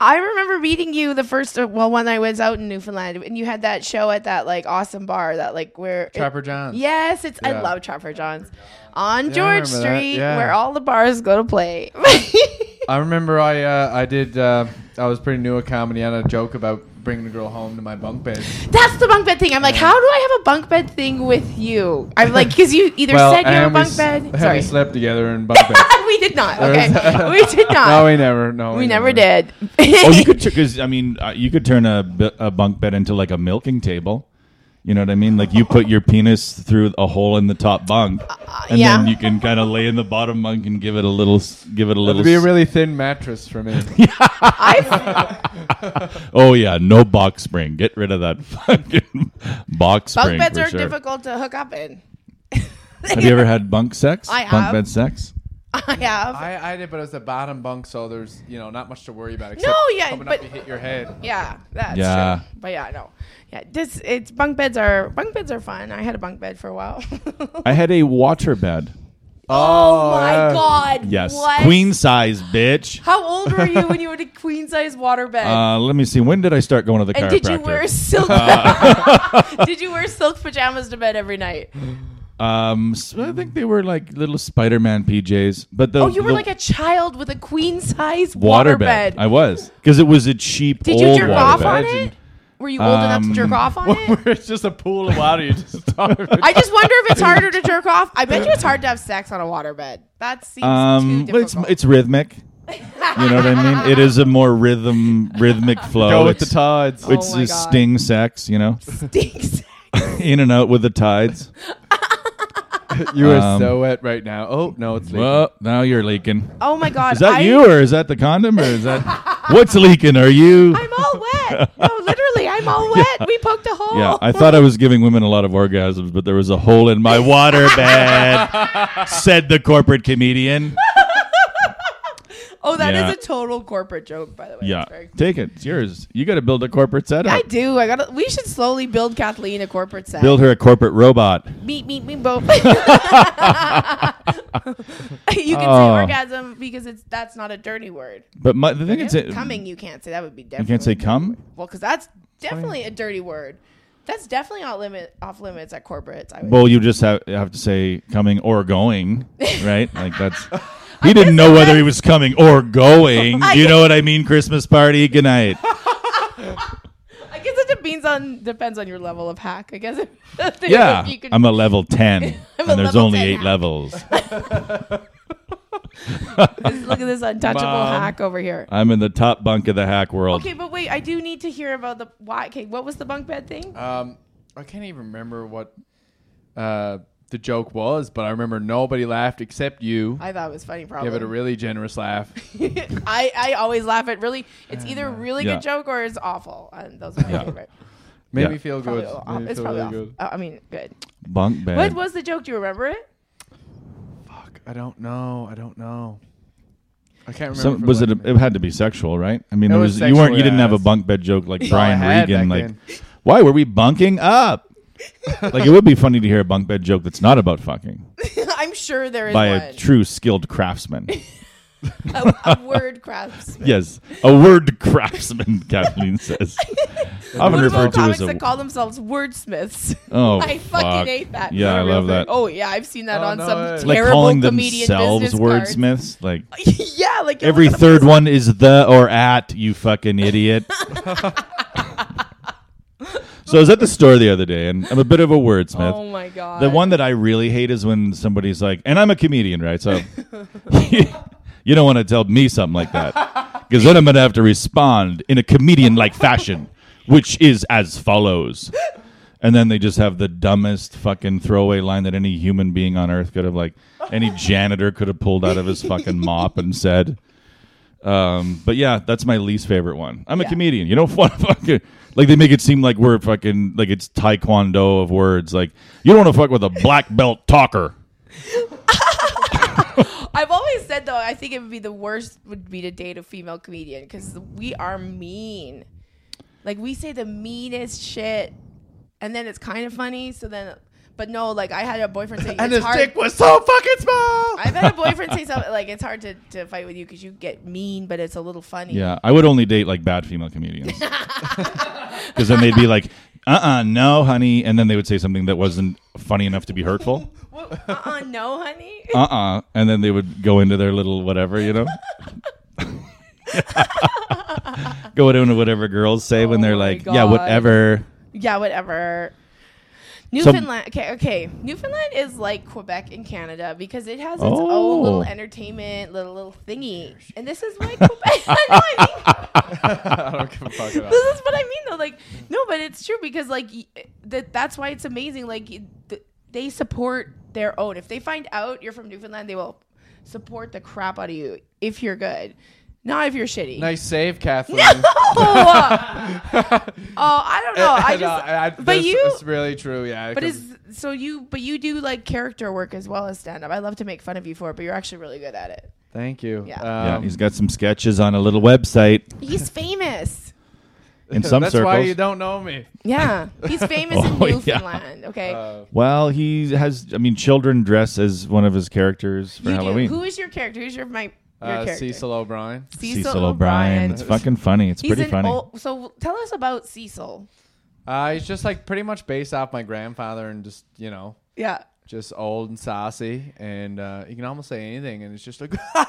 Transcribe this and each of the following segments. I remember meeting you the first uh, well when I was out in Newfoundland and you had that show at that like awesome bar that like where it- Trapper John's. yes, it's I Yeah. love Trapper John's on I George remember that, Street yeah. where all the bars go to play. I remember I uh, I did uh, I was pretty new at comedy. I had a joke about bringing a girl home to my bunk bed. That's the bunk bed thing. I'm like, how do I have a bunk bed thing with you? I'm like, because you either said you were a and we bunk s- bed. and Sorry, we slept together in bunk bed. we did not. There Okay, was- we did not. no, we never. No, we, never did. oh, you could because I mean, uh, you could turn a, bu- a bunk bed into like a milking table. You know what I mean? Like you put your penis through a hole in the top bunk, and Uh, yeah. then you can kind of lay in the bottom bunk and give it a little, s- give it a It'd little. be a s- really thin mattress for me. I've, oh yeah, no box spring. Get rid of that fucking box bunk spring. beds for are sure. difficult to hook up in. Have you ever had bunk sex? I Bunk have. bed sex. I have. I, I did, but it was the bottom bunk, so there's you know not much to worry about. Except No, yeah, coming but- up, you hit your head. yeah, that's Yeah. true. But yeah, no. Yeah, this it's bunk beds are bunk beds are fun. I had a bunk bed for a while. I had a water bed. oh my yeah. god. Yes, What? queen size, bitch. How old were you when you had a queen size water bed? Uh, let me see. When did I start going to the and chiropractor? did you wear silk? did you wear silk pajamas to bed every night? Um, s I I think they were like little Spider-Man PJs, but the Oh, you were the like a child with a queen size water, water bed. bed. I was because it was a cheap Did you old Um, jerk water off bed. on it? Were you old enough to jerk off on it? it's just a pool of water. You just I just wonder if it's harder to jerk off. I bet you it's hard to have sex on a waterbed. That seems Um, too well, it's difficult. it's rhythmic. You know what I mean? It is a more rhythm rhythmic flow. go with the It's- tides. It's Oh my just God. sting sex, you know, stinks. in and out with the tides. you are Um, so wet right now. Oh no, it's leaking. Well, now you're leaking. Oh my god! Is that I, you or is that the condom or is that what's leaking? Are you? I'm all wet. No, literally, I'm all wet. We poked a hole. Yeah, I thought I was giving women a lot of orgasms, but there was a hole in my water bed, said the corporate comedian. oh, that is Yeah. a total corporate joke, by the way. Yeah, It's very- take it. It's yours. You got to build a corporate setup. I do. I gotta. We should slowly build Kathleen a corporate set. Build her a corporate robot. Meet, meet, meet both. you can Oh. say orgasm because it's that's not a dirty word. But my, the thing is, it, Coming, you can't say that would be you definitely. can't say come. Well, because that's definitely a dirty word. That's definitely off limit off limits at corporates. I would. Well, you just have, have to say coming or going, right? Like that's. He didn't know whether he was coming or going. You know what I mean? Christmas party. Good night. I guess it depends on depends on your level of hack. I guess. if Yeah, you can- I'm a level ten, I'm a and there's level only 10 eight now. levels. look at this untouchable Mom. hack over here. I'm in the top bunk of the hack world. Okay, but wait, I do need to hear about the why. Okay, what was the bunk bed thing? Um, I can't even remember what uh, the joke was, but I remember nobody laughed except you. I thought it was funny. Probably. Give it a really generous laugh. I I always laugh at really. It's either a really Yeah. good joke or it's awful, and those are my favorite. Made Yeah. me feel Probably good. a little Made off- me It's feel probably really awful. good. Uh, I mean, good. Bunk bed. What was the joke? Do you remember it? Fuck, I don't know. I don't know. I can't remember. Some, for the was life it? A, of me. it had to be sexual, right? I mean, It there was was, you weren't. sexual, You didn't have a yes. bunk bed joke like all I Brian had Regan. back Like, then. why were we bunking up? like, it would be funny to hear a bunk bed joke that's not about fucking I'm sure there is by one. a true skilled craftsman. a, a word craftsman. yes, a word craftsman. Kathleen says, often What referred about to comics as a. that call themselves wordsmiths? oh, I fucking fuck. hate that. Yeah, I Is a real love that. thing? Oh yeah, I've seen that Oh, on no some way. Like terrible calling comedian themselves business cards. wordsmiths. Like yeah, like you're every looking at third one is the or at. You fucking idiot. so I was at the store the other day, and I'm a bit of a them- wordsmith. Oh my god. The one that I really hate is when somebody's like, and I'm a comedian, right? So you don't want to tell me something like that because then I'm going to have to respond in a comedian like fashion, which is as follows. And then they just have the dumbest fucking throwaway line that any human being on earth could have, like, any janitor could have pulled out of his fucking mop and said. Um, but yeah, that's my least favorite one. I'm a Yeah. comedian. You don't want to fucking like they make it seem like we're fucking like it's taekwondo of words. Like you don't want to fuck with a black belt talker. I've always said though, I think it would be the worst would be to date a female comedian because we are mean. Like we say the meanest shit, and then it's kind of funny. So then, But no, like I had a boyfriend say And it's his hard. dick was so fucking small. I've had a boyfriend say something like it's hard to, to fight with you because you get mean, but it's a little funny. Yeah, I would only date like bad female comedians. Because then they'd be like, uh uh no, honey. And then they would say something that wasn't funny enough to be hurtful. Uh uh no, honey. Uh uh And then they would go into their little whatever, you know? go into whatever girls say when Oh they're my like, yeah, God. whatever. Yeah, whatever. So- Newfoundland. okay, okay. Newfoundland is like Quebec in Canada because it has its Oh. own little entertainment, little little thingy. And this is like Quebec. I know, I mean, I don't give a fuck about this is what I mean though. Like no, but it's true because like y- that that's why it's amazing. Like y- th- they support their own. If they find out you're from Newfoundland, they will support the crap out of you if you're good, not if you're shitty. Nice save, Kathleen. No. oh, I don't know. I And, uh, just. I- but this you- It's really true, yeah. But 'cause- is so you but you do like character work as well as stand up. I love to make fun of you for it, but you're actually really good at it. Thank you. Yeah. Yeah, Um, he's got some sketches on a little website He's famous. in some That's circles. why you don't know me. Yeah. He's famous in Oh, yeah. Newfoundland, okay? Uh, well, he has, I mean, children dress as one of his characters for you Halloween. do. Who is your character? Who's your my your uh, character? Cecil O'Brien. Cecil, O'Brien. It's fucking funny. It's He's pretty an funny. old, so tell us about Cecil. Uh, he's just like pretty much based off my grandfather and just, you know, Yeah. just old and saucy. And uh, you can almost say anything. And it's just like, Uh,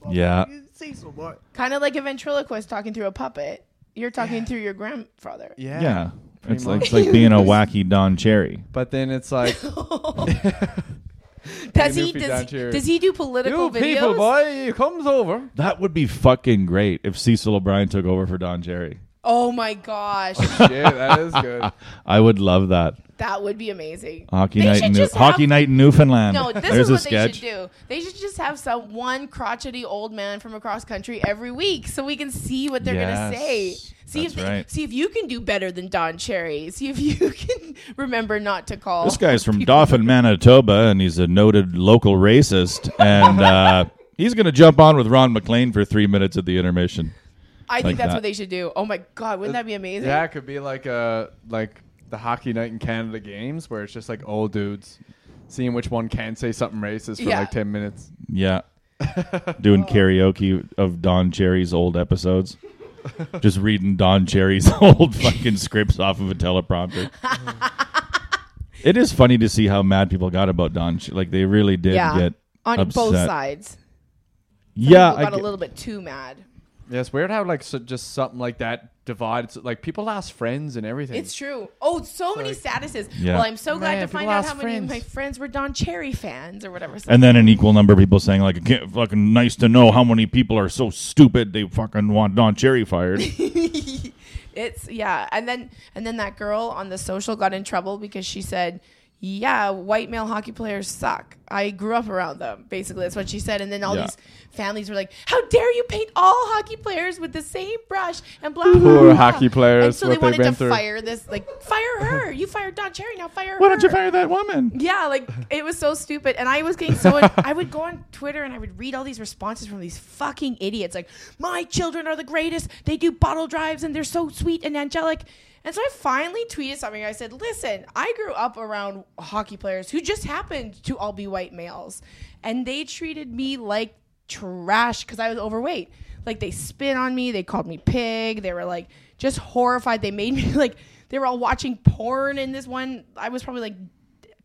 fucking yeah. Cecil, boy. Kind of like a ventriloquist talking through a puppet. You're talking through your grandfather. Yeah. Yeah. pretty It's like, it's much. like being a wacky Don Cherry. But then it's like, does Newfie he down does, to your- he does he do political you videos? people, boy, he comes over. That would be fucking great if Cecil O'Brien took over for Don Cherry. Oh my gosh, yeah, that is good. I would love that. that would be amazing. Hockey They night should in New- just Hockey have- night in Newfoundland. No, this is There's what a sketch. they should do. They should just have some one crotchety old man from across country every week, so we can see what they're gonna Yes. say. See That's if they, right. see if you can do better than Don Cherry. See if you can remember not to call. This guy's from Dauphin, Manitoba, and he's a noted local racist. And uh, he's going to jump on with Ron McLean for three minutes at the intermission. I think like that's that. what they should do. Oh my god, wouldn't that be amazing? Yeah, it could be like uh like the hockey night in Canada games where it's just like old dudes seeing which one can say something racist for Yeah. like ten minutes. Yeah. Doing karaoke of Don Cherry's old episodes. Just reading Don Cherry's old fucking scripts off of a teleprompter. it is funny to see how mad people got about Don. Ch- Like they really did Yeah. get on upset. both sides. Yeah, people I got a ge- little bit too mad. Yeah, it's weird how like so just something like that divides like people lost friends and everything. It's true. Oh, so many statuses. Yeah. Well, I'm so glad Man, to find people out lost how many of friends. my friends were Don Cherry fans or whatever. So- and then an equal number of people saying like, "I can't fucking nice to know how many people are so stupid they fucking want Don Cherry fired." it's yeah, and then and then that girl on the social got in trouble because she said, "Yeah, white male hockey players suck. I grew up around them." Basically, that's what she said. And then all Yeah. these families were like, "How dare you paint all hockey players with the same brush?" And blah blah. Poor blah. hockey players, And so what they they've wanted been to through. fire this, like fire her. You fired Don Cherry, now fire Why her. don't you fire that woman? Yeah, like it was so stupid, and I was getting so. I would go on Twitter and I would read all these responses from these fucking idiots. Like, my children are the greatest. They do bottle drives, and they're so sweet and angelic. And so I finally tweeted something. I said, "Listen, I grew up around hockey players who just happened to all be white males, and they treated me like trash because I was overweight. Like they spit on me. They called me pig. They were like just horrified. They made me like." They were all watching porn in this one. I was probably like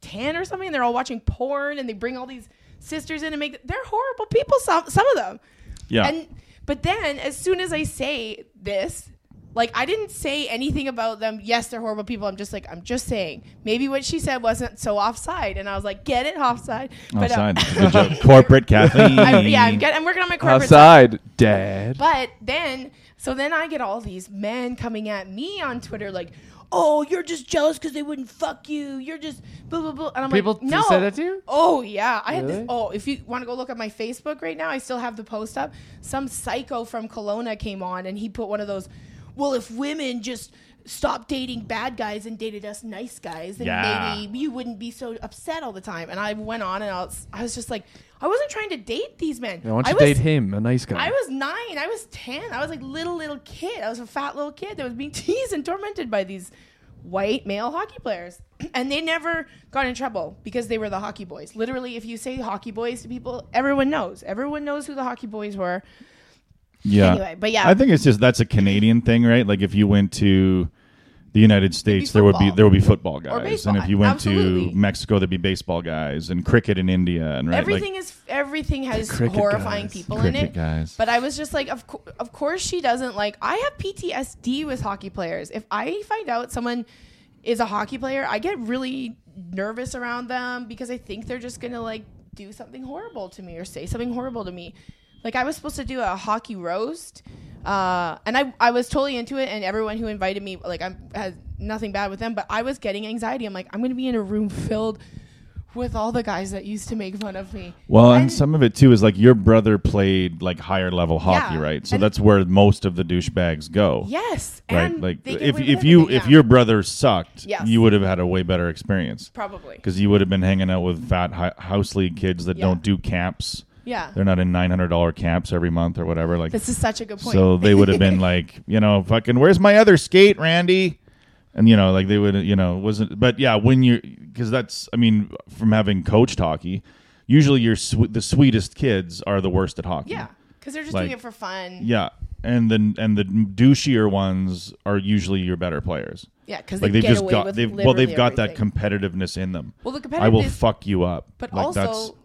10 or something and they're all watching porn and they bring all these sisters in and make they're horrible people some some of them Yeah. and but then as soon as i say this like i didn't say anything about them yes they're horrible people i'm just like i'm just saying maybe what she said wasn't so offside and i was like get it offside but uh, Offside. Good joke. Corporate Kathleen. I, yeah I'm, get, I'm working on my corporate side. Outside, Dad. But then, so then I get all these men coming at me on Twitter like, "Oh, you're just jealous because they wouldn't fuck you. You're just blah blah blah." And I'm People like, "No." said that to you? Oh yeah, I had this. Really? Oh, if you want to go look at my Facebook right now, I still have the post up. Some psycho from Kelowna came on and he put one of those. Well, if women just stopped dating bad guys and dated us nice guys, then Yeah. maybe you wouldn't be so upset all the time. And I went on and I was, I was just like, I wasn't trying to date these men. I want I you to was, date him, a nice guy. I was nine. I was ten. I was like little little kid. I was a fat little kid that was being teased and tormented by these white male hockey players. And they never got in trouble because they were the hockey boys. Literally, if you say hockey boys to people, everyone knows. Everyone knows who the hockey boys were. Yeah. Anyway, but yeah. I think it's just that's a Canadian thing, right? Like if you went to the United States, there would be football. there would be football guys, and if baseball, you went absolutely. to Mexico, there'd be baseball guys, and cricket in India, and right, everything like, is everything has cricket horrifying guys. people in Cricket it. guys. But I was just like, of co- of course she doesn't like. I have PTSD with hockey players. If I find out someone is a hockey player, I get really nervous around them because I think they're just gonna like do something horrible to me or say something horrible to me. Like I was supposed to do a hockey roast, uh, and I I was totally into it. And everyone who invited me, like I'm has nothing bad with them, but I was getting anxiety. I'm like, I'm gonna be in a room filled with all the guys that used to make fun of me. well, and some of it too is like your brother played like higher level hockey, Yeah. right? So And- that's where most of the douchebags go. yes, Right, and like they get if away with if you everything, if yeah. your brother sucked, Yes. you would have had a way better experience probably because you would have been hanging out with fat hi- house league kids that Yeah. don't do camps. yeah, They're not in nine hundred dollar camps every month or whatever. Like this is such a good point. So they would have been like, you know, fucking, where's my other skate, Randy? And you know, like they would, you know, wasn't. But yeah, when you, because that's, I mean, from having coached hockey, usually your swe the sweetest kids are the worst at hockey. yeah, because they're just Like- doing it for fun. Yeah, yeah, and then and the douchier ones are usually your better players. because Like they they've get just away got with they've well they've literally got that everything. competitiveness in them. Well, the I will competitiveness- fuck you up. But Like, that's- also,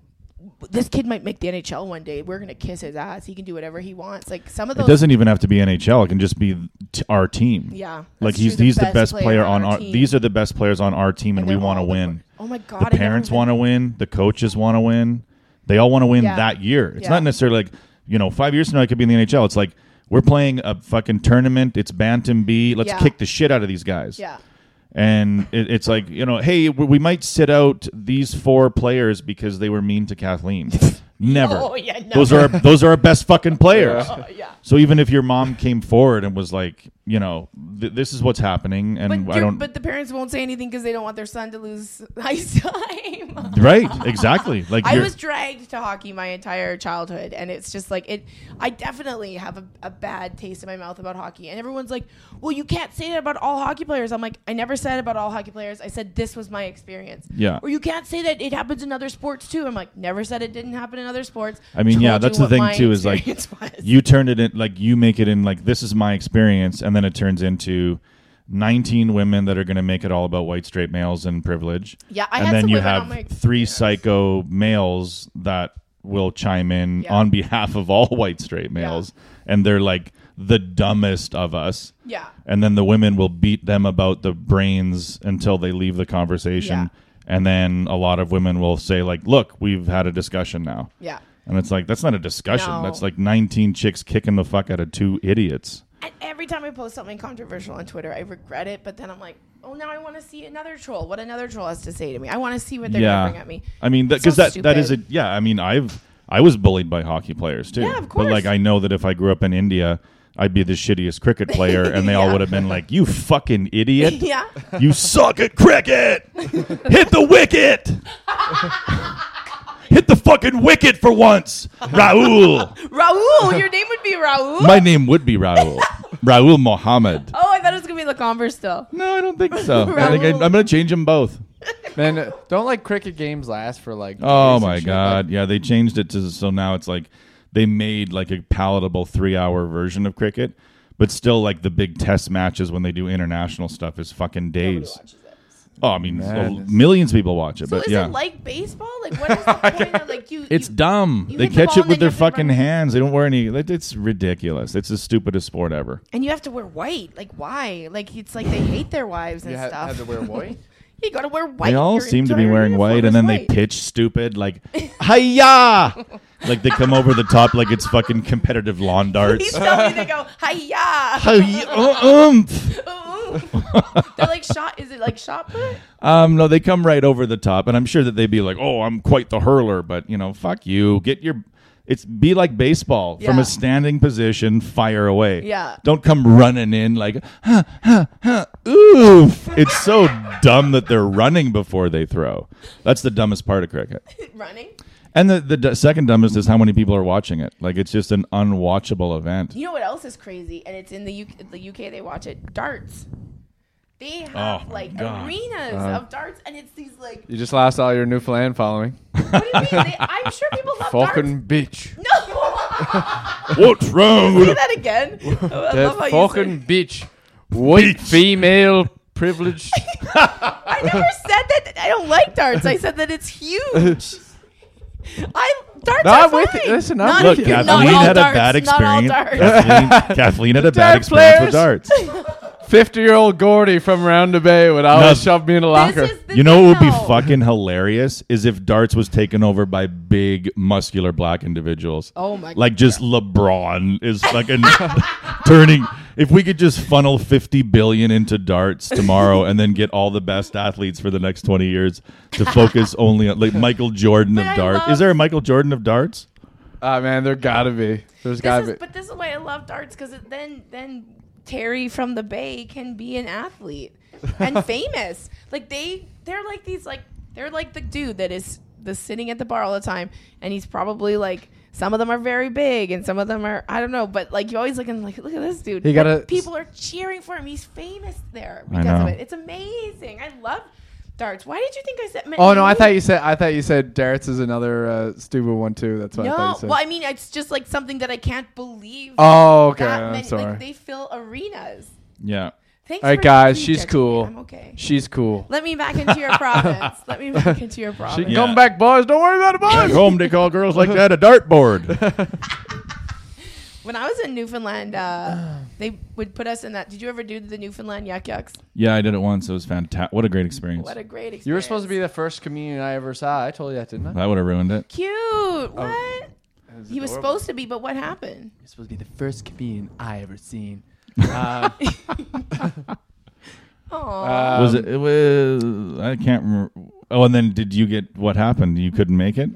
this kid might make the NHL one day. We're gonna kiss his ass. He can do whatever he wants. Like some of it those. doesn't even have to be NHL. It can just be t- our team. yeah, like that's he's true, he's the best player on our, team. these are the best players on our team and, they're we want to all the- win. Oh my god! The parents want to win, the coaches want to win. They all want to win Yeah. that year. It's Yeah. not necessarily like, you know, 5 years from now I could be in the NHL. It's like we're playing a fucking tournament. It's Bantam B. Let's Yeah. kick the shit out of these guys. Yeah, And it, it's like, you know, hey, we, we might sit out these four players because they were mean to Kathleen. never. Oh, yeah, Those are our, those are our best fucking players. Oh, yeah. So even if your mom came forward and was like, you know, th- this is what's happening, and But, Mm, I you're- don't, but the parents won't say anything because they don't want their son to lose ice time. right? Exactly. Like I you're, was dragged to hockey my entire childhood, and it's just like it. I definitely have a, a bad taste in my mouth about hockey, and everyone's like, "Well, you can't say that about all hockey players." I'm like, I never said about all hockey players. I said this was my experience. Yeah. Or you can't say that it happens in other sports too. I'm like, never said it didn't happen in other sports. I mean, Told yeah, you that's the what thing my too. Is like experience was. you turn it in, like you make it in, like this is my experience, and then it turns into. 19 women that are going to make it all about white straight males and privilege. Yeah, I and had then some you women have on my- three psycho males that will chime in Yeah. on behalf of all white straight males, and they're like the dumbest of us. Yeah. and then the women will beat them about the brains until they leave the conversation Yeah. and then a lot of women will say like look we've had a discussion now Yeah. and it's like that's not a discussion No. that's like 19 chicks kicking the fuck out of two idiots And every time I post something controversial on Twitter, I regret it. But then I'm like, oh, now I want to see another troll. What another troll has to say to me. I want to see what they're yeah going to bring at me. i mean It's because so that, that is a stupid. yeah i mean i've i was bullied by hockey players too Yeah, of but like course. i know that if i grew up in india i'd be the shittiest cricket player and they all Yeah. would have been like you fucking idiot yeah. You suck at cricket. Hit the wicket. Hit the fucking wicket for once, Raul. Raul, your name would be Raul. My name would be Raul. Raul Mohammed. oh, I thought it was gonna be LaComber still. No, I don't think so. I think I, Raul. I'm gonna change them both. Man, uh, don't like cricket games last for like. Oh days and my shit, god. Yeah, they changed it to so now it's like they made like a palatable three-hour version of cricket, but still like the big test matches when they do international stuff is fucking Nobody days. watches it. Oh, I mean, Madness. millions of people watch it, So but is yeah. it like baseball? Like what is the point of like you? It's you, dumb. you They hit the catch ball it with and then their you have to fucking run. hands. They don't wear any. it- It's ridiculous. It's the stupidest sport ever. and you have to wear white. Like why? Like it's like they hate their wives and You ha- stuff. had to wear white. you gotta wear white. They all Your seem to be entire wearing white, uniform and is then white. they pitch stupid, like "Hiya!" like they come over the top, like it's fucking competitive lawn Please darts. tell me they go hiya. Hiya, uh, umph. Ooh. They're like shot. Is it like shot put? Um, no, they come right over the top, and I'm sure that they'd be like, "Oh, I'm quite the hurler," but you know, fuck you. Get your. It's be like baseball from Yeah. a standing position, fire away. Yeah. Don't come running in like, huh, huh, huh, oof. It's so dumb that they're running before they throw. That's the dumbest part of cricket. Running. And the, the d- second dumbest is how many people are watching it. Like, it's just an unwatchable event. You know what else is crazy? And it's in the UK. The UK they watch it. Darts. They have Oh, my like God. Uh, arenas Uh-huh. of darts, and it's these like. You just lost all your Newfoundland following. What do you mean? They, I'm sure people love darts. Fucking bitch. No, What's wrong say with that again. I That love how you said. fucking bitch. White Bitch. female privileged. I never said that. I don't like darts. I said that it's huge. I darts Not are with- fine. listen, I'm not with Look, you. if you're- not Kathleen all had darts, a bad experience. Not all darts. Kathleen, Kathleen had a bad dart experience with players. darts. 50 year old Gordy from Round the Bay would always No. shove me in a locker. This is the You know what would be thing, though. fucking hilarious is if darts was taken over by big muscular black individuals. Oh my Like just LeBron is fucking turning if we could just funnel 50 billion into darts tomorrow and then get all the best athletes for the next 20 years to focus only on like Michael Jordan But I of darts. love- Is there a Michael Jordan of darts? Ah, man, there gotta be. There's This gotta is, be. but this is why I love darts because then then Terry from the Bay can be an athlete and famous. Like they they're like these like they're like the dude that is the sitting at the bar all the time, and he's probably like some of them are very big and some of them are I don't know, but like you always look and like look at this dude. He But gotta- people are cheering for him. He's famous there I because know. of it. It's amazing. I love darts. Why did you think I said? meant Oh no, I you? thought you said I thought you said darts is another uh, stupid one too. That's what I No, thought you said. well, I mean, it's just like something that I can't believe. oh, okay. that I'm many- sorry. Like they fill arenas. Yeah. Thanks All right, for guys, being she's judgy. cool. I'm okay. She's cool. Let me back into your province. Let me back into your She province. can Yeah. come back, boys. Don't worry about it, At boys. home they call girls like that a dartboard. When I was in Newfoundland, uh, they would put us in that. Did you ever do the Newfoundland yuck yucks? yeah, I did it once. It was fantastic. What a great experience. What a great experience. You were supposed to be the first comedian I ever saw. I told you that, didn't I? that would have ruined it. cute. Oh. What? he was supposed to be, but what happened? You're supposed to be the first comedian I ever seen. Uh, Aw. was it, it was I can't remember. Oh, and then did you get what happened? You couldn't make it.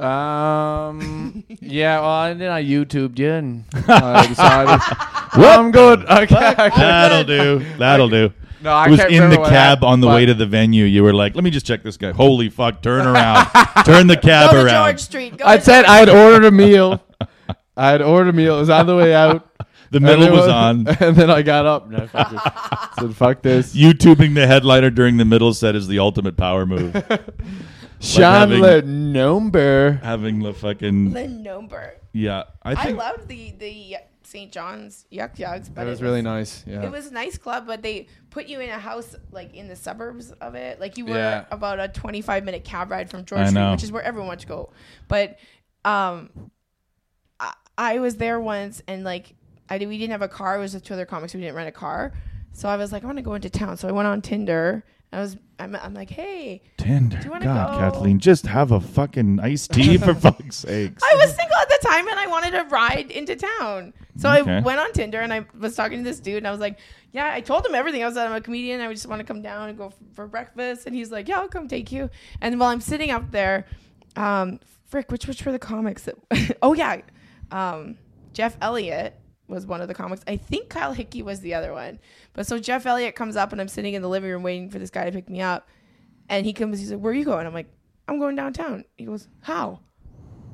uh, Um. yeah. Well, and then I YouTubed you, and I decided I'm good. Okay. I can't- That'll do. That'll do. No, I it was can't in the remember what cab happened, on the but- way to the venue. You were like, "Let me just check this guy." Holy fuck! Turn around. turn the cab Go to around. George Street. Go I to said George- I had ordered a meal. I had ordered a meal. It was on the way out. The And middle then was when- on. And then I got up and I fucking said, "Fuck this." YouTubing the headliner during the middle set is the ultimate power move. Sean having- Le Nombre. Having the fucking the number. yeah. I I think loved the the St. John's yuck yucks, but That it was really nice. Yeah. It was a nice club, but they put you in a house like in the suburbs of it. Like you were Yeah. about a 25 minute cab ride from George I Street, know. which is where everyone wants to go. But um, I, I was there once and like I did, we didn't have a car. It was with two other comics. We didn't rent a car. So I was like, I want to go into town. So I went on Tinder. I was, I'm, I'm like, hey, Tinder. you wanna God, go? Kathleen, just have a fucking iced tea for fuck's sakes. I was single at the time and I wanted to ride into town. So Okay. I went on Tinder and I was talking to this dude and I was like, Yeah, I told him everything. I was like, I'm a comedian. I just want to come down and go f- for breakfast. And he's like, Yeah, I'll come take you. And while I'm sitting up there, um, frick, which which were the comics? That, oh, yeah. Um, Jeff Elliott was one of the comics. I think Kyle Hickey was the other one. But so Jeff Elliott comes up and I'm sitting in the living room waiting for this guy to pick me up. And he comes, he's like, Where are you going? I'm like, I'm going downtown. He goes, How?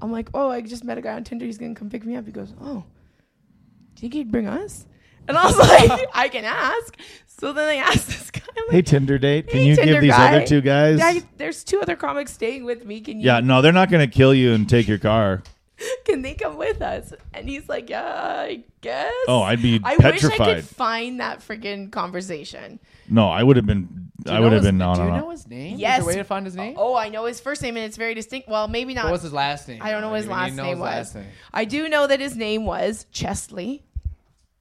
I'm like, oh, I just met a guy on Tinder. He's gonna come pick me up. He goes, oh, do you think he'd bring us? And I was like, I can ask. So then I asked this guy, I'm Hey like, Tinder date, can Hey, you Tinder give these guy. other two guys? "Yeah, there's two other comics staying with me. Can you? Yeah, no, they're not going to kill you and take your car. Can they come with us? And he's like, yeah, I guess. Oh, I'd be I wish I petrified. could find that freaking conversation. No, I would have been. I would have been no, Do no, you no. know his name? Is Yes. there a way to find his name? Oh, I know his first name and it's very distinct. Well, maybe not. What was his last name? I don't know what his Like, last we need to know name his was. last name. I do know that his name was Chesley.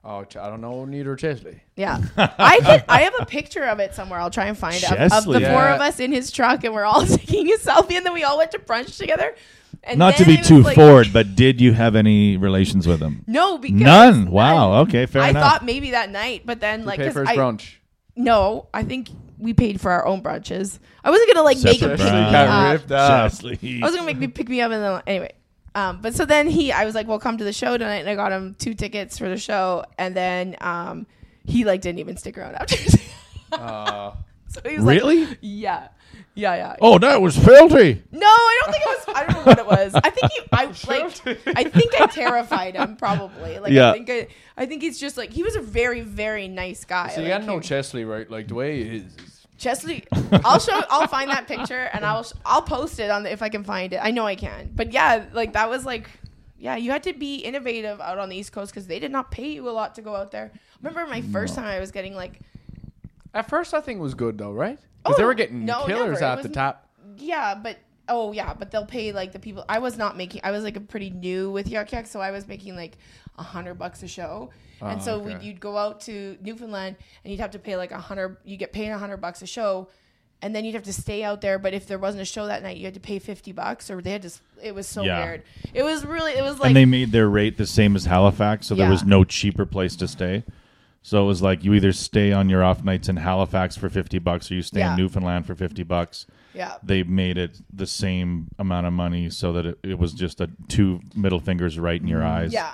Oh, Ch- I don't know neither Chesley. Yeah, I could, I have a picture of it somewhere. I'll try and find it of, of the Chesley. four Yeah. of us in his truck, and we're all taking a selfie, and then we all went to brunch together. And Not to then be it was too like- forward, but did you have any relations with him? No, because None. Wow. Okay. Fair I enough. thought maybe that night, but then like Pay 'cause for his I, brunch. no, I think we paid for our own brunches. I wasn't gonna like make him Separate pick me brunch. up. ripped up. Chesley. I was gonna make me pick me up and then anyway. Um, but so then he, I was like, "Well, come to the show tonight," and I got him two tickets for the Uh, show, and then um, he like didn't even stick around after. So he was like- Really? yeah. Yeah, yeah. Oh, that was filthy. No, I don't think it was. I don't know what it was. I think he, I like. I think I terrified him probably. Like, Yeah. I think I, I think he's just like he was a very, very nice guy. So you Like, gotta know he- Chesley, right? Like the way he is. is- Chesley, I'll show. I'll find that picture and I'll sh- I'll post it on the, if I can find it. I know I can. But yeah, like that was like, yeah, you had to be innovative out on the East Coast because they did not pay you a lot to go out there. Remember my first time I was getting like, At first, I think it was good though, right? Because they Oh, were getting no, never. killers It at the wasn't- top. yeah, but oh yeah, but they'll pay like the people. I was not making. I was like a pretty new with Yuck Yuck, so I was making like a hundred bucks a show. and Oh, so okay. we'd, you'd go out to Newfoundland and you'd have to pay like a hundred. You get paid a hundred bucks a show, and then you'd have to stay out there. But if there wasn't a show that night, you had to pay fifty bucks, or they had to. s- It was so Yeah. weird. It was really. It was like and they made their rate the same as Halifax, so there Yeah. was no cheaper place to stay. So it was like you either stay on your off nights in Halifax for fifty bucks, or you stay Yeah. in Newfoundland for fifty bucks. yeah. They made it the same amount of money, so that it, it was just a two middle fingers right in your eyes. Mm. Yeah.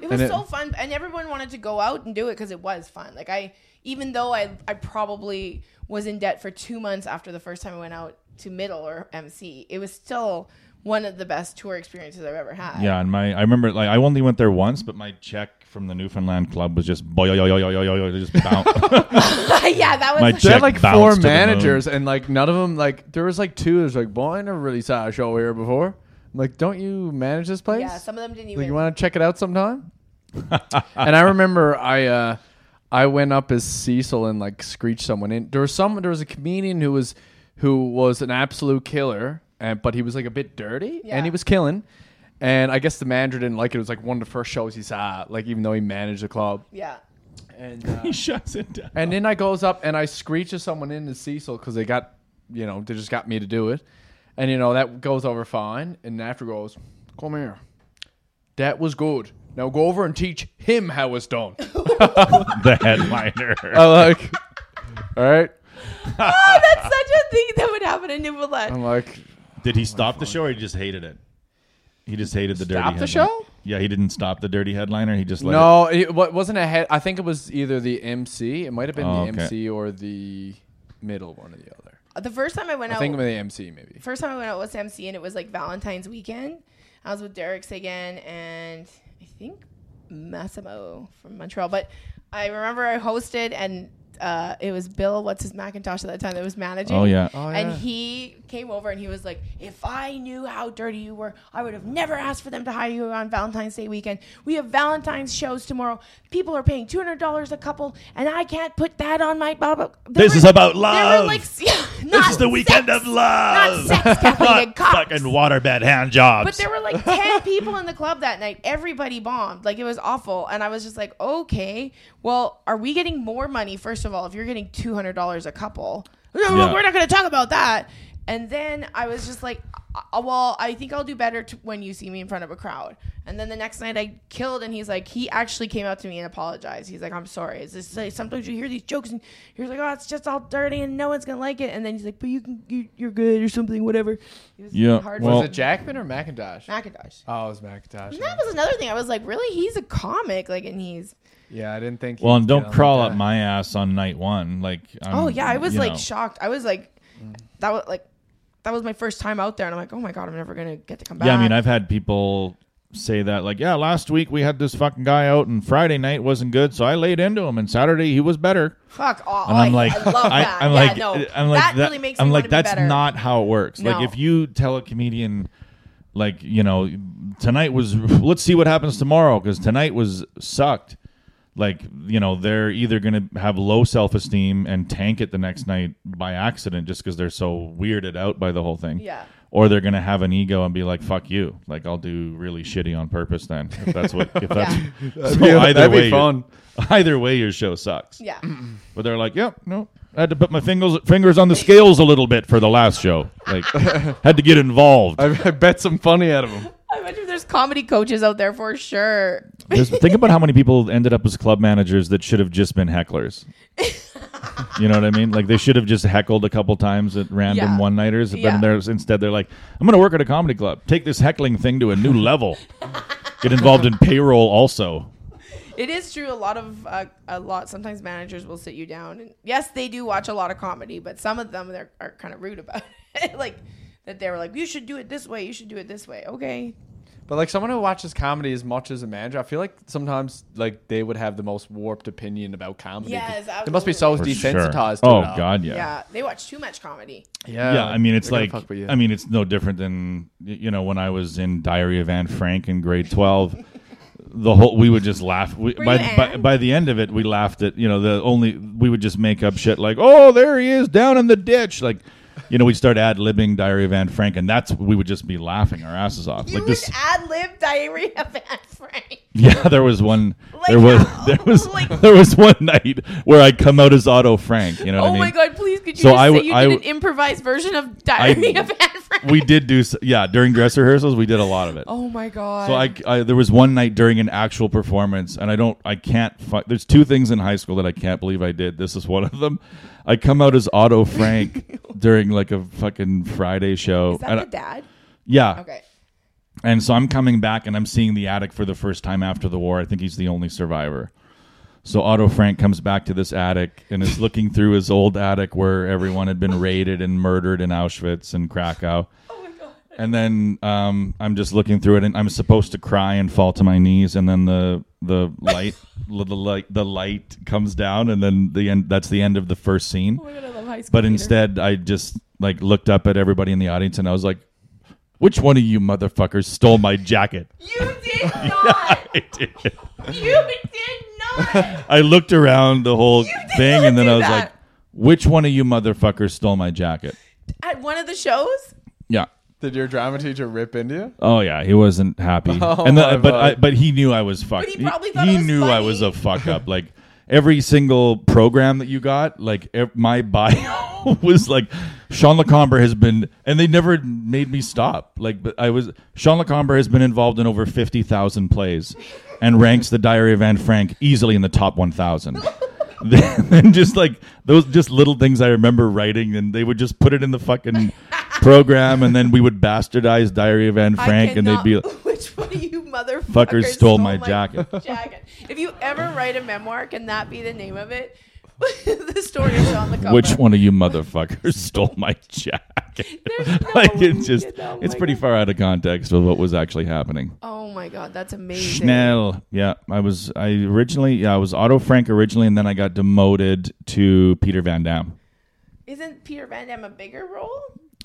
It was And it- so fun and everyone wanted to go out and do it cuz it was fun. Like I even though I I probably was in debt for 2 months after the first time I went out to middle or MC, it was still one of the best tour experiences I've ever had. Yeah, and my I remember like I only went there once, but my check from the Newfoundland club was just boy, yo, yo, yo, yo, yo, yo, yo, just bounce. yeah, that was My the They check had like bounced four to the moon. managers, and like none of them like there was like two. There's like, boy, I never really saw a show here before. I'm like, don't you manage this place? Yeah, some of them didn't Like, even you want to check it out sometime? and I remember I uh, I went up as Cecil and like screeched someone in. There was some there was a comedian who was who was an absolute killer, and but he was like a bit dirty Yeah. and he was killing. And I guess the manager didn't like it. It was like one of the first shows he saw, like even though he managed the club. Yeah. And uh, he shuts it down. and then I goes up and I screeches someone into Cecil because they got, you know, they just got me to do it. And, you know, that goes over fine. And after goes, come here. That was good. Now go over and teach him how it's done. the headliner. I like, all right. Oh, that's such a thing that would happen in Newfoundland. I'm like, Did he stop the show or he just hated it? He just hated the dirty Stop the headliner. show? Yeah, he didn't stop the dirty headliner. He just let it- no, it wa- wasn't a head. I think it was either the MC. It might have been Oh, the okay. MC or the middle one or the other. The first time I went I out think it was the MC maybe. first time I went out was to MC and it was like Valentine's weekend. I was with Derek Sagan and I think Massimo from Montreal. But I remember I hosted and uh, it was Bill, what's his Macintosh at that time that was managing. Oh, yeah. Oh, and yeah. he came over and he was like, If I knew how dirty you were, I would have never asked for them to hire you on Valentine's Day weekend. We have Valentine's shows tomorrow. People are paying two hundred dollars a couple and I can't put that on my blah, blah. They This were- is about they were, love. like, not This is the weekend sex. of love. Not sex, Kathleen, and cocks. fucking waterbed hand jobs. But there were like 10 people in the club that night. Everybody bombed. Like it was awful. And I was just like, okay, well, are we getting more money, first of all, if you're getting $200 a couple? No, Yeah. We're not going to talk about that. And then I was just like, uh, well, I think I'll do better t- when you see me in front of a crowd. And then the next night I killed, and he's like, he actually came up to me and apologized. He's like, I'm sorry. It's just like sometimes you hear these jokes, and you're like, oh, it's just all dirty, and no one's gonna like it. And then he's like, but you can, you, you're good or something, whatever. It was Yeah, for well- was it Jackman or McIntosh? Macintosh. oh, it was McIntosh. And that was another thing. I was like, really? He's a comic, like, and he's. Yeah, I didn't think. well, and he'd get don't on crawl like up that. my ass on night one. Like, I'm- Oh yeah, I was you like know. shocked. I was like, that was like, that was my first time out there, and I'm like, oh my god, I'm never gonna get to come back. Yeah, I mean, I've had people say that, like, yeah, last week we had this fucking guy out, and Friday night wasn't good, so I laid into him, and Saturday he was better. fuck off. And I'm like, I love I- that. I'm Oh, yeah, like, no, I'm like, that, that- really makes. I'm me like, wanna be that's better. not how it works. No. Like, if you tell a comedian, like, you know, tonight was, let's see what happens tomorrow, because tonight was sucked. Like, you know, they're either going to have low self esteem and tank it the next night by accident just because they're so weirded out by the whole thing. Yeah. Or they're gonna have an ego and be like, "Fuck you!" Like I'll do really shitty on purpose. Then if that's what if that's That'd be- that'd be fun. Either way, your show sucks. Yeah. But they're like, yep, no. I had to put my fingers fingers on the scales a little bit for the last show. Like, had to get involved. I, I bet some funny out of him. I imagine there's comedy coaches out there for sure. Just think about how many people ended up as club managers that should have just been hecklers. You know what I mean? Like they should have just heckled a couple times at random Yeah. one nighters. But Yeah. they're, instead, they're like, "I'm going to work at a comedy club. Take this heckling thing to a new level. Get involved in payroll also." It is true. A lot of uh, a lot. Sometimes managers will sit you down, and yes, they do watch a lot of comedy, but some of them they're, are kind of rude about it. like that they were like, "You should do it this way. You should do it this way." Okay, But like someone who watches comedy as much as a manager, I feel like sometimes like they would have the most warped opinion about comedy. Yes, they must be so For sure. desensitized. Oh to it all. God, yeah. yeah. they watch too much comedy. Yeah, Yeah, I mean it's they're gonna like fuck with you. I mean it's no different than y- you know when I was in Diary of Anne Frank in grade twelve. The whole we would just laugh. We, Were by, you by Anne? by the end of it, we laughed at you know the only we would just make up shit like oh there he is down in the ditch like you know we'd start ad libbing Diary of Anne Frank and that's we would just be laughing our asses off You like would this ad lib Diary of Anne Frank. yeah there was one Like there was how? there was Like- there was one night where I come out as Otto Frank you know Oh what I mean my god! Please, could you So just I say w- you I did w- an improvised version of Diary of Anne Frank? we did do s- yeah during dress rehearsals we did a lot of it oh my god! So I, I there was one night during an actual performance, and I don't, I can't. Fi- There's two things in high school that I can't believe I did. This is one of them. I come out as Otto Frank during like a fucking Friday show. is that and the I- dad? yeah, Okay. and so I'm coming back, and I'm seeing the attic for the first time after the war. I think he's the only survivor. So Otto Frank comes back to this attic and is looking through his old attic where everyone had been raided and murdered in Auschwitz and Krakow. Oh my god! And then um, I'm just looking through it, and I'm supposed to cry and fall to my knees, and then the the light l- the light the light comes down, and then the end. That's the end of the first scene. Oh my god! I love high school. But theater. instead, I just like looked up at everybody in the audience, and I was like, "Which one of you motherfuckers stole my jacket?" you did not. I did. You did not. I looked around the whole did thing, not and then do I was that. like, "Which one of you motherfuckers stole my jacket?" At one of the shows, Yeah. Did your drama teacher rip into you? Oh yeah, he wasn't happy. Oh, and my the, but God. I, but he knew I was fucked. he probably thought it was knew I funny. was a fuck up. Like every single program that you got, like ev- my bio was like Sean Lacombe has been, and they never made me stop. Like but I was Sean Lacombe has been involved in over fifty thousand plays, and ranks the Diary of Anne Frank easily in the top one thousand. then then just like those just little things I remember writing, and they would just put it in the fucking program, and then we would bastardize Diary of Anne Frank, I and they'd cannot- be like, which one of you motherfuckers Fuckers stole my jacket." jacket. If you ever write a memoir, can that be the name of it? the story is on the cover. which one of you motherfuckers stole my jacket? There's no like way you it's just, did that. Oh it's my pretty God. far out of context of what was actually happening. Oh my god, that's amazing. Schnell, yeah, I was, I originally, yeah, I was Otto Frank originally, and then I got demoted to Peter Van Dam. Isn't Peter Van Damme a bigger role?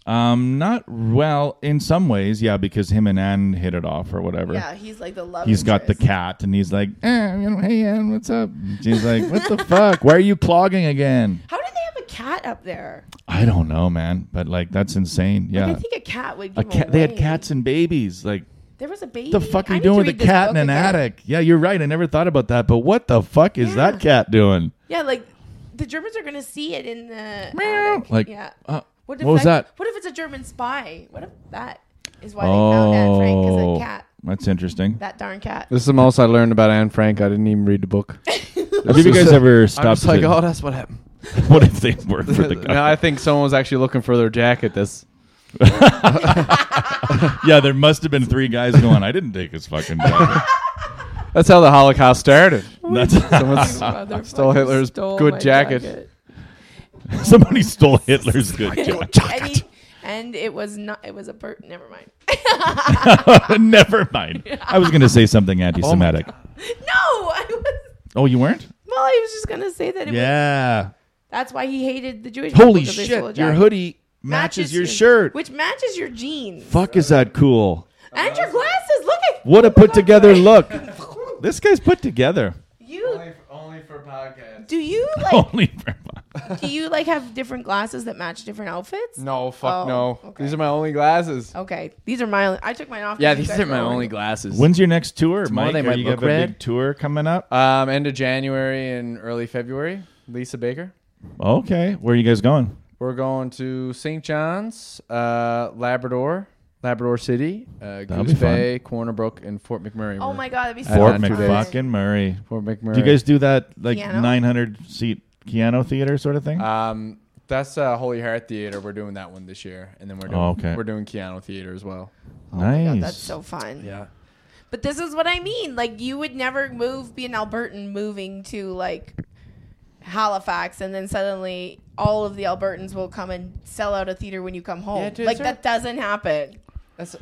Um, not well in some ways, yeah, because him and Anne hit it off or whatever. Yeah, he's like the love. He's got the interest. cat, and he's like, eh, you know, hey, Anne, what's up? And She's like, what the fuck? Why are you clogging again? How did they have a cat up there? I don't know, man, but like that's insane. Yeah, I think a cat would a give cat. They had away. cats and babies. Like There was a baby. the fuck are I you need to doing with a read this cat in book an again. attic? Yeah, you're right. I never thought about that. But what the fuck is Yeah. that cat doing? Yeah, like the Germans are gonna see it in the Meow. attic. Like, yeah. uh, what, if was that? What if it's a German spy? What if that is why they found Anne Frank because oh, a cat, that's interesting. that darn cat. This is the most I learned about Anne Frank. I didn't even read the book. Have you guys ever I was stopped? like, to- oh, that's what happened. what if they work for the no, I guy? think someone was actually looking for their jacket. This yeah, there must have been three guys going. I didn't take his fucking jacket. that's how the Holocaust started. That's, Someone's Motherfucker stole Hitler's stole good my jacket. somebody stole Hitler's good jacket. And, he- and it was not. It was a bird. Never mind. Never mind. I was going to say something anti-Semitic. Oh, no, I was. you weren't? Well, I was just gonna say that. It was, Yeah. that's why he hated the Jewish. people Holy 'cause they stole a shit! Your jacket. hoodie matches, your shirt. which matches your jeans Fuck is that cool? and your glasses. Look at What a put together look! This guy's put together. you. Only for podcasts. Do you like? Only for- Do you like have different glasses that match different outfits? No, fuck Oh, no. okay. These are my only glasses. Okay, these are my. I took mine off. 'cause Yeah, you these guys are were my already- only glasses. When's your next tour, Tomorrow Mike? they Are might you look have a red. big tour coming up? Um, end of January and early February. Lisa Baker. Okay, where are you guys going? We're going to St. John's, uh, Labrador, Labrador City, uh, That'll Goose be fun. Bay, Corner Brook, and Fort McMurray. Oh my god, that'd be so Fort on two days. fun. McFucking Murray. Fort McMurray. Do you guys do that like Piano? 900 seat piano theater sort of thing? Um, that's uh, Holy Heart Theater. We're doing that one this year, and then we're doing Oh, okay. we're doing Keanu Theater as well. Oh my nice. God, that's so fun. Yeah. But this is what I mean. Like you would never move, be an Albertan moving to like Halifax, and then suddenly all of the Albertans will come and sell out a theater when you come home. Yeah, dude, like sir. that doesn't happen. That's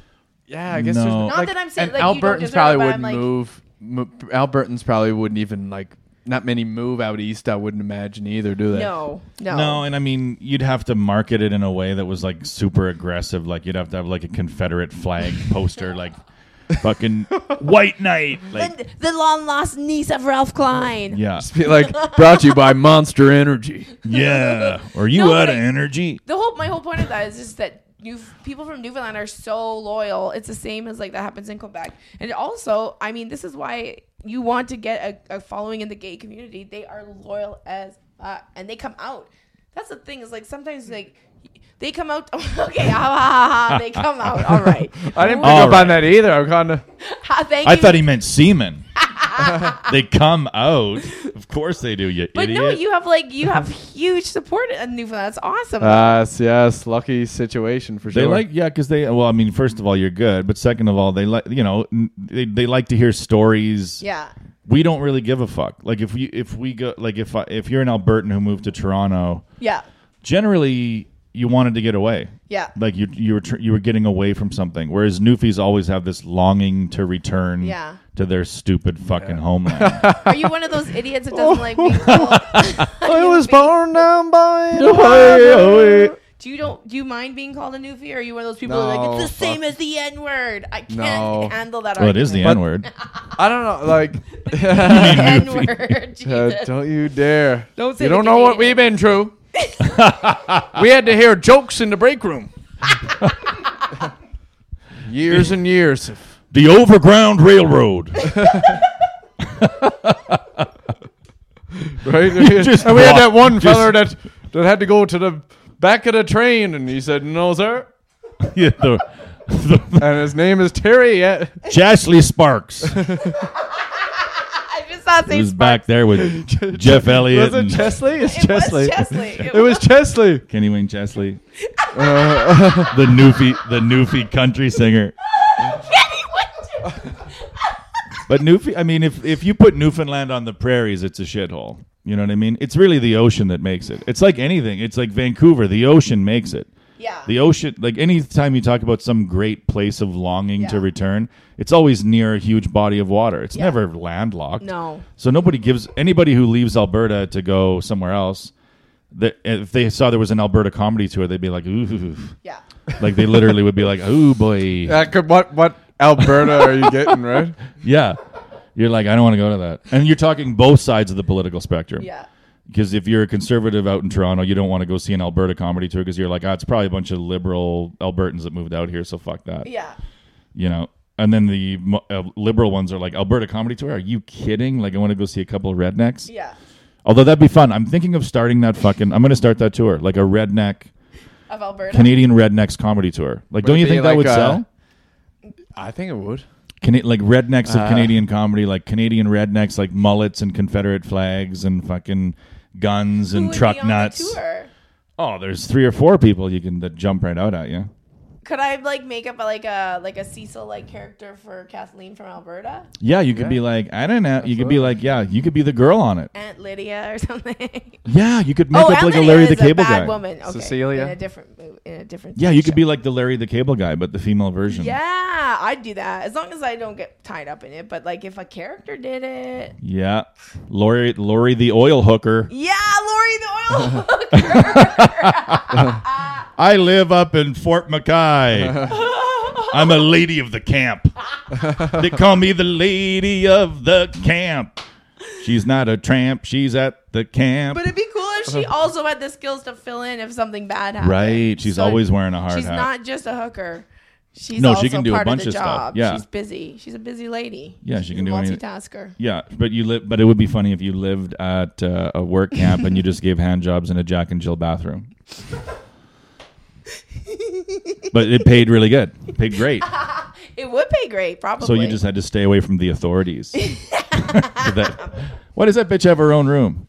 yeah. I guess No. there's Not like- that I'm saying, and like, you don't Albertans deserve it, probably but I'm wouldn't like- move. Mo- Albertans probably wouldn't even like. Not many move out east. I wouldn't imagine either. Do they? No, no, No, and I mean, you'd have to market it in a way that was like super aggressive. Like you'd have to have like a Confederate flag poster, like fucking white knight. Like, The, the long lost niece of Ralph Klein. yeah, Just be like brought to you by Monster Energy. yeah. Or you No, out of but- energy? The whole my whole point of that is just that new people from Newfoundland are so loyal. It's the same as like that happens in Quebec. And also, I mean, this is why you want to get a, a following in the gay community. They are loyal as fuck, and they come out. That's the thing is like sometimes like they come out. Okay, ah, ah, ah, ah, they come out. All right. I didn't pick All up on that either. I'm kind of. Ah, Thank Oh, I you. thought he meant semen. they come out. Of course they do, you but idiot. no, you have like you have huge support in Newfoundland. That's awesome. Uh, Yes, yes. Lucky situation for sure. They like yeah, because they well, I mean, first of all, you're good, but second of all, they like you know n- they, they like to hear stories. yeah. we don't really give a fuck. Like if we if we go like if I, if you're an Albertan who moved to Toronto, Yeah. generally you wanted to get away. Yeah. Like you you were tr- you were getting away from something. Whereas Newfies always have this longing to return Yeah. to their stupid fucking homeland. Are you one of those idiots that doesn't like being called? I was born down by. Do you don't do you mind being called a newfie? Or are you one of those people who are No, like it's the fuck. same as the N word? I can't No. handle that. well, it is the But- N word. I don't know. Like, N word. uh, don't you dare. Don't say you the don't know what Canadian. we've been through. we had to hear jokes in the break room. years and years. Of, The Overground Railroad. right? just and we had that walk- one just- feller that, that had to go to the back of the train, and he said, no, sir. yeah, the, the And his name is Terry. Yeah. Jashley Sparks I just thought they. who's back there with Jeff Elliott Was it and Chesley? It's It was Chesley. Chesley. It It was Chesley. Kenny Wayne Chesley, the Newfie the Newfie country singer. But Newfie, I mean, if if you put Newfoundland on the prairies, it's a shithole. You know what I mean? It's really the ocean that makes it. It's like anything. It's like Vancouver. The ocean makes it. yeah. The ocean, like anytime you talk about some great place of longing to Yeah. return, it's always near a huge body of water. It's never landlocked. no. So nobody gives anybody who leaves Alberta to go somewhere else. That if they saw there was an Alberta comedy tour, they'd be like, ooh, Yeah. like they literally would be like, ooh boy, Uh, could- what, what Alberta are you getting, right? yeah. You're like, I don't want to go to that, and you're talking both sides of the political spectrum. Yeah. Because if you're a conservative out in Toronto, you don't want to go see an Alberta comedy tour because you're like, ah, it's probably a bunch of liberal Albertans that moved out here, so fuck that. Yeah. You know. And then the mo- uh, liberal ones are like, Alberta comedy tour? Are you kidding? Like, I want to go see a couple of rednecks. Yeah. Although that'd be fun. I'm thinking of starting that fucking. I'm going to start that tour, like a redneck Of Alberta. Canadian rednecks comedy tour. Like, don't it you be think like that uh, would a- sell? I think it would. Cana- like rednecks of Canadian comedy, like Canadian rednecks, like mullets and Confederate flags and fucking guns Who and would be truck on the nuts. tour? Oh, there's three or four people you can that jump right out at you. Could I like make up like a like a Cecil like character for Kathleen from Alberta, Yeah, you could Yeah. be like, I don't know. You could be like, yeah, you could be the girl on it. Aunt Lydia or something? Yeah, you could make oh, up Aunt like a Lydia Larry is the Cable a bad Guy. woman. Okay. Cecilia? in a different mov- in a different. Yeah, you show. could be like the Larry the Cable Guy, but the female version. Yeah, I'd do that as long as I don't get tied up in it. But like, if a character did it, Yeah, Lori, Lori the oil hooker. yeah, Lori the oil hooker. I live up in Fort Mackay. I'm a lady of the camp. They call me the lady of the camp. She's not a tramp. She's at the camp. But it'd be cool if she also had the skills to fill in if something bad happened. Right. She's So always wearing a hard She's hat. not just a hooker. She's No, she also can do a part bunch of the of stuff. job. Yeah. she's busy. She's a busy lady. Yeah, she She's can a do anything. multitasker. yeah, but you live. But it would be funny if you lived at uh, a work camp and you just gave hand jobs in a Jack and Jill bathroom. but it paid really good. It paid great. It would pay great, probably. So you just had to stay away from the authorities. But that- why does that bitch have her own room?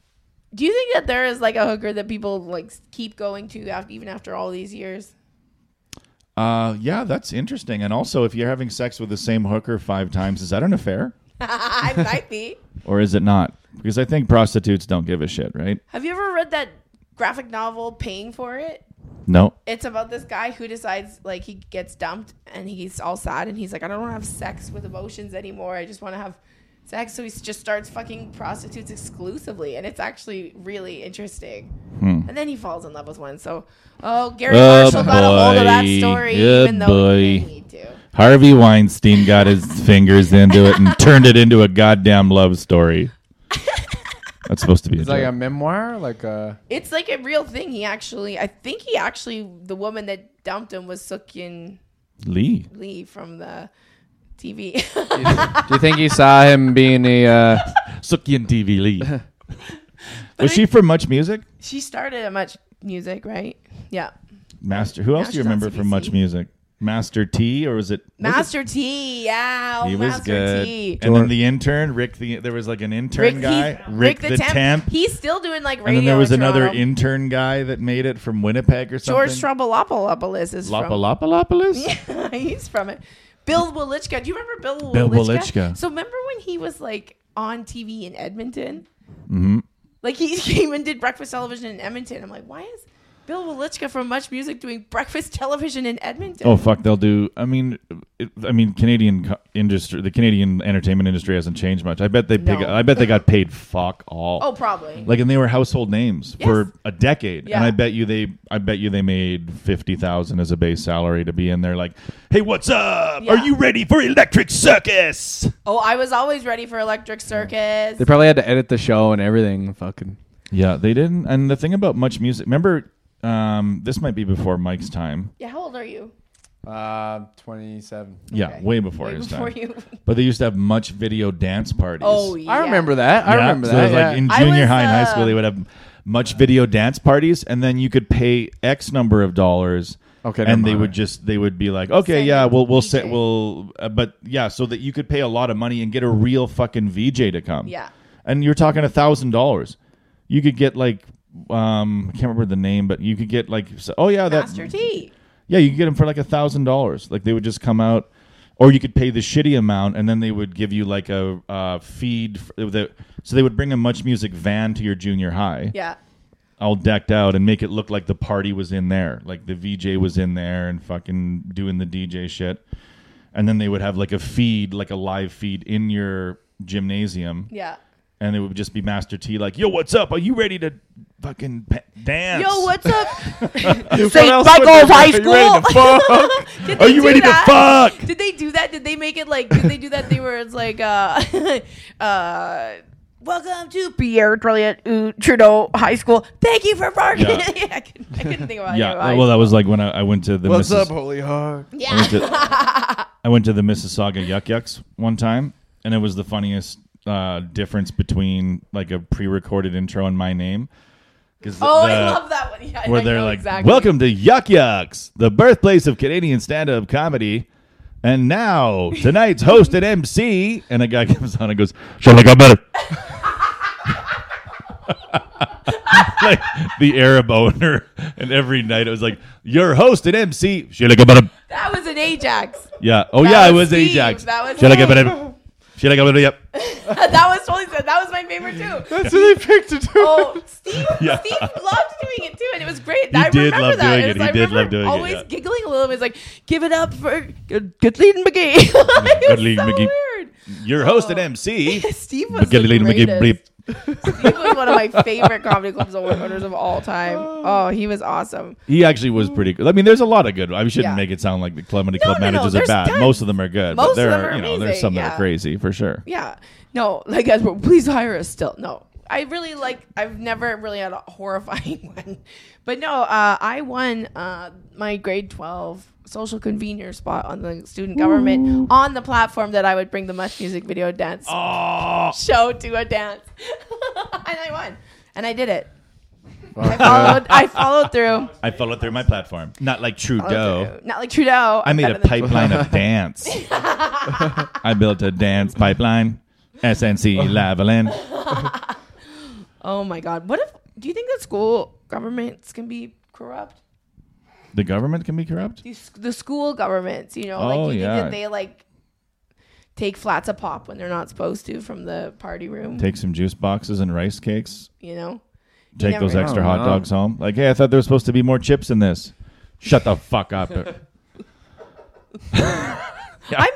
do you think that there is like a hooker that people like keep going to after, even after all these years? Uh, yeah, that's interesting. And also, if you're having sex with the same hooker five times, is that an affair I might be. or is it not? Because I think prostitutes don't give a shit, right? Have you ever read that graphic novel, Paying for It? No. It's about this guy who decides, like, he gets dumped and he's all sad and he's like, I don't want to have sex with emotions anymore. I just want to have sex. So he s- just starts fucking prostitutes exclusively. And it's actually really interesting. Hmm. And then he falls in love with one. So, oh, Gary Oh, Marshall got a hold of that boy. story, Good even though he boy. didn't need to. Harvey Weinstein got his fingers into it and turned it into a goddamn love story. That's supposed to be a It's like a joke. memoir, like uh, a It's like a real thing. He actually, I think he actually, the woman that dumped him was Sookyun Lee. Lee from the TV. Do you think he saw him being a? Uh, Sukyin TV Lee. But Was she from Much Music? She started at Much Music, right? Yeah. Master. Who else Now do you she's on remember from CBC. Much Music? Master T, or was it was it- Master T, yeah. oh, He was Master good. T. And then the intern, Rick. The there was like an intern guy, he's- Rick, the, temp. He's still doing like radio. and then there was in another Toronto. intern guy that made it from Winnipeg or something. George Strombolopoulos is Lapa from. Lapa Lapalis? he's from it. Bill Walichka. Do you remember Bill Walichka? Bill Walichka. So remember when he was like on TV in Edmonton? Mm-hmm. Like he came and did breakfast television in Edmonton. I'm like, why is Bill Walichka from Much Music doing breakfast television in Edmonton? Oh fuck, they'll do. I mean, it, I mean, Canadian co- industry, the Canadian entertainment industry hasn't changed much. I bet they pick. No. I bet they got paid fuck all. Oh, probably. Like and they were household names Yes. for a decade, and Yeah. I bet you they, I bet you they made fifty thousand as a base salary to be in there. Like, hey, what's up? Yeah. Are you ready for Electric Circus? oh, I was always ready for Electric Circus. they probably had to edit the show and everything. Fucking. Yeah, they didn't. And the thing about much music, remember, um, this might be before Mike's time. yeah, how old are you? Uh, twenty-seven. Yeah, way before Way his before time. you. But they used to have much video dance parties. Oh, yeah. I remember that. I Yeah, remember so it that. was yeah. Like in I junior was, high and high school, uh, they would have much video dance parties, and then you could pay X number of dollars. Okay, never and they mind. would just they would be like, okay, Send yeah, it to we'll we'll VJ. set we'll, uh, but yeah, so that you could pay a lot of money and get a real fucking VJ to come. Yeah. and you're talking a thousand dollars. You could get like um I can't remember the name, but you could get like so- oh yeah that Master T. yeah, you could get them for like a thousand dollars. Like they would just come out, or you could pay the shitty amount, and then they would give you like a uh, feed. f the, so they would bring a much music van to your junior high, Yeah. all decked out, and make it look like the party was in there, like the VJ was in there and fucking doing the DJ shit. And then they would have like a feed, like a live feed in your gymnasium, Yeah. and it would just be Master T like, "Yo, what's up? Are you ready to fucking pa- dance? Yo, what's up? What St. else Michael's would they- High are you ready to School. Did Are they you do ready that? to fuck?" Did they do that? Did they make it like? Did they do that? They were it's like, uh, uh, welcome to Pierre Brilliant uh, Trudeau High School. Thank you for parking. Yeah. I, couldn't, I couldn't think about it. Yeah, well, that was like when I, I went to the What's Missis- up, Holy Heart? yeah. I went, to, I went to the Mississauga Yuck Yucks one time, and it was the funniest uh, difference between like a pre-recorded intro and my name. Because oh, I love that one. Yeah, where I they're know like, exactly. "Welcome to Yuck Yucks, the birthplace of Canadian stand-up comedy." And now tonight's host and MC, and a guy comes on and goes, "Shall I go better?" like the Arab owner, and every night it was like, "Your host and MC, shall I go better?" That was an Ajax. Yeah. Oh That yeah, it was was Steve. Ajax. That was Shall I go him. better? Shall I go better? Yep. that was totally said. That was my favorite too. That's who they picked to do. Oh, Steve! Yeah. Steve loved doing it too, and it was great. He I did remember love that. doing was- it. He I did remember love doing it, Always yeah. giggling a little. It was like, "Give it up for Kathleen McGee." it was Kathleen so McGee. weird. Your host Oh. and MC. Steve was the Kathleen McGee bleep. greatest. Steve was one of my favorite comedy clubs award winners of all time. Oh, he was awesome. He actually was pretty good. I mean, there's a lot of good. I shouldn't Yeah. make it sound like the club, No, club no, no, managers are there's bad. tons. Most of them are good. Most but of there them are, are you know, there's amazing, some that yeah. are crazy for sure. Yeah. No, like guys, well, please hire us still. No. I really like I've never really had a horrifying one. But no, uh, I won uh, my grade 12 social convener spot on the student government on the platform that I would bring the much music video dance Oh, show to a dance. and I won. And I did it. I followed I followed through. I followed through my platform. Not like Trudeau. Not like Trudeau. I made a pipeline of dance. I built a dance pipeline. SNC Lavalin. Oh my god. What if do you think that school governments can be corrupt? The government can be corrupt. these, the school governments, you know, Oh, like you yeah. think that they like take flats a pop when they're not supposed to from the party room, Take some juice boxes and rice cakes. you know. Take never those know. extra Oh, hot no. dogs home. Like, hey, I thought there was supposed to be more chips in this. Shut the fuck up. I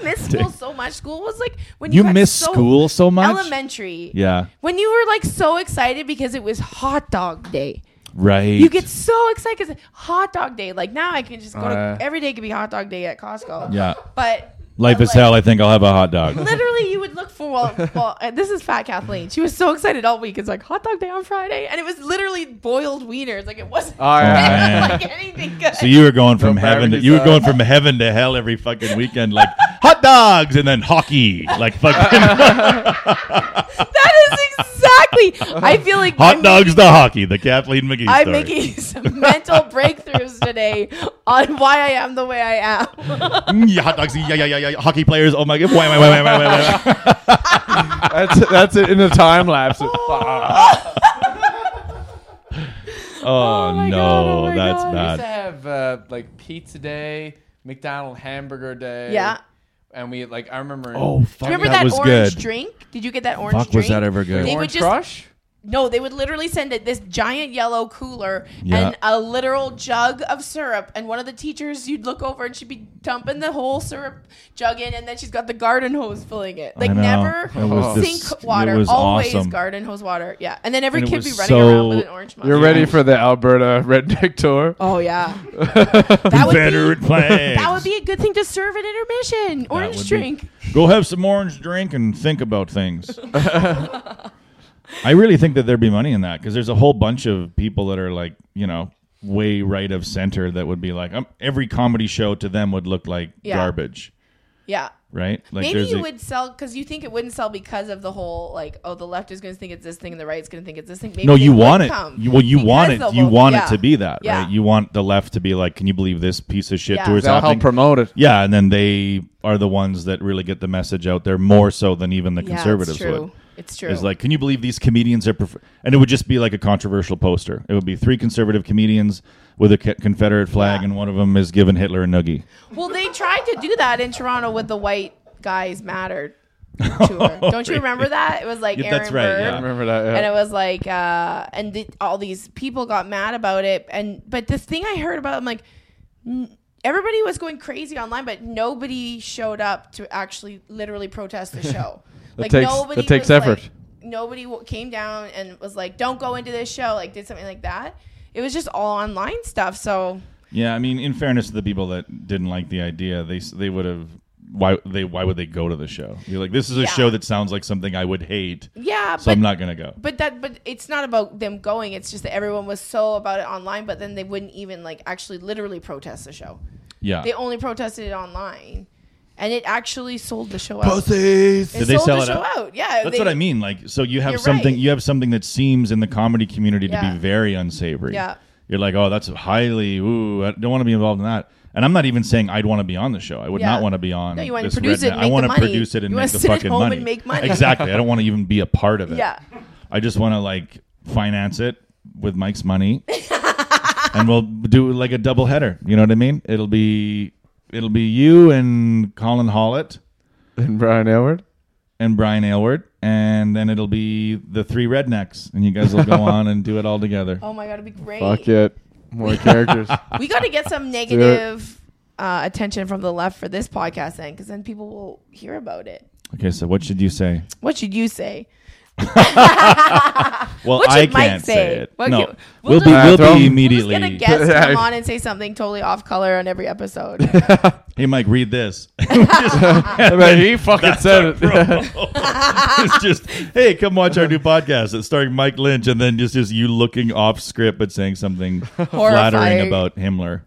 miss school so much. School was like when you, You got miss so school so much. Elementary. Yeah. When you were like so excited because it was hot dog day. Right. You get so excited because hot dog day. Like now I can just go Uh, to every day could be hot dog day at Costco. Yeah. But Life but, is like, hell. I think I'll have a hot dog. Literally, you would look for well, well. And this is Fat Kathleen. She was so excited all week. It's like hot dog day on Friday, and it was literally boiled wieners. Like it wasn't All right. like anything good. Ah, So you were going from No uh, heaven. To, barbecues you were out. going from heaven to hell every fucking weekend, like hot dogs and then hockey, like fucking that is exactly. I feel like hot I'm dogs making- to hockey. The Kathleen McGee story. I'm making some mental breakthrougs today on why I am the way I am. Mm, yeah, hot dogs. Yeah, yeah, yeah, yeah. yeah. Hockey players. Oh my god. Why, why, why, why, why, why. That's that's it in a time lapse. I Oh, my no, God, oh my that's God. used to bad. have uh, like pizza day, McDonald hamburger day. Yeah. And we like I remember. Oh fuck, Remember that, that, was orange good. drink? Did you get that orange Fuck, drink? was that ever good? They would Orange just- Crush. No, they would literally send it this giant yellow cooler Yeah. and a literal jug of syrup. And one of the teachers, you'd look over and she'd be dumping the whole syrup jug in, and then she's got the garden hose filling it. Like know. never It was sink just- water, it was always awesome. garden hose water. Yeah, and then every And it kid would be was running around so- with an orange mug. You're ready for the Alberta redneck tour. Oh yeah, that would Confederate be flags. that would be a good thing to serve at intermission. would Orange be- drink. Go have some orange drink and think about things. I really think that there'd be money in that because there's a whole bunch of people that are like, you know, way right of center that would be like, um, every comedy show to them would look like Yeah. garbage, Yeah. right? Like, Maybe you a- would sell because you think it wouldn't sell because of the whole like oh the left is going to think it's this thing and the right is going to think it's this thing. Maybe No, they you would want it. come You, well, you because want it. they'll You vote- want yeah. it to be that, Yeah. right? You want the left to be like, can you believe this piece of shit Yeah. towards That'll help happening? promote it. Yeah, and then they are the ones that really get the message out there more so than even the Yeah, conservatives It's true. would. It's true. Is like, can you believe these comedians are? Prefer-? And it would just be like a controversial poster. It would be three conservative comedians with a co- Confederate flag, Yeah. and one of them is giving Hitler a noogie. well, they tried to do that in Toronto with the white guys mattered. Tour. Don't you remember that? It was like Yeah, Aaron that's right, Burr, yeah. I remember that. Yeah. and it was like, uh, and the, all these people got mad about it. And but the thing I heard about, I'm like, n- everybody was going crazy online, but nobody showed up to actually literally protest the show. That takes- that takes was, effort. Like, nobody w- came down and was like, "Don't go into this show." Like did something like that. It was just all online stuff. So Yeah, I mean, in fairness to the people that didn't like the idea, they s- they would have. Why they? Why would they go to the show? You're like, this is a Yeah. show that sounds like something I would hate, yeah, so but I'm not gonna go. But that, but it's not about them going. It's just that everyone was so about it online, but then they wouldn't even like actually literally protest the show. Yeah. They only protested it online, and it actually sold the show out. It Did they sold sell the it show out? out? Yeah, That's they- what I mean. Like, so you You're have something. right. You have something that seems in the comedy community to Yeah. be very unsavory. Yeah. You're like, oh, that's highly. Ooh, I don't want to be involved in that. And I'm not even saying I'd want to be on the show. I would Yeah. not want to be on. No, you want wanna produce it and I make the wanna money. produce it and You wanna make the sit at fucking home and money. make money. Exactly. I don't want to even be a part of it. Yeah. I just want to like finance it with Mike's money, and we'll do like a double header. You know what I mean? It'll be it'll be you and Colin Hollett and Brian Elward. and Brian Aylward, and then it'll be the three rednecks, and you guys will go on and do it all together. Oh my god, it'd be great. Fuck it. More characters. We got to get some negative uh, attention from the left for this podcast then, because then people will hear about it. Okay, so what should you say? What should you say? Well, What should I Mike can't say, say? it. What no, can- we'll we'll, just- be Uh, we'll throw him- be We're just gonna immediately. guest Yeah. come on and say something totally off color on every episode. Hey, Mike, read this. I mean, he fucking said it. it's just hey, come watch our new podcast. It's starring Mike Lynch, and then just just you looking off script but saying something flattering Horrifying. about Himmler.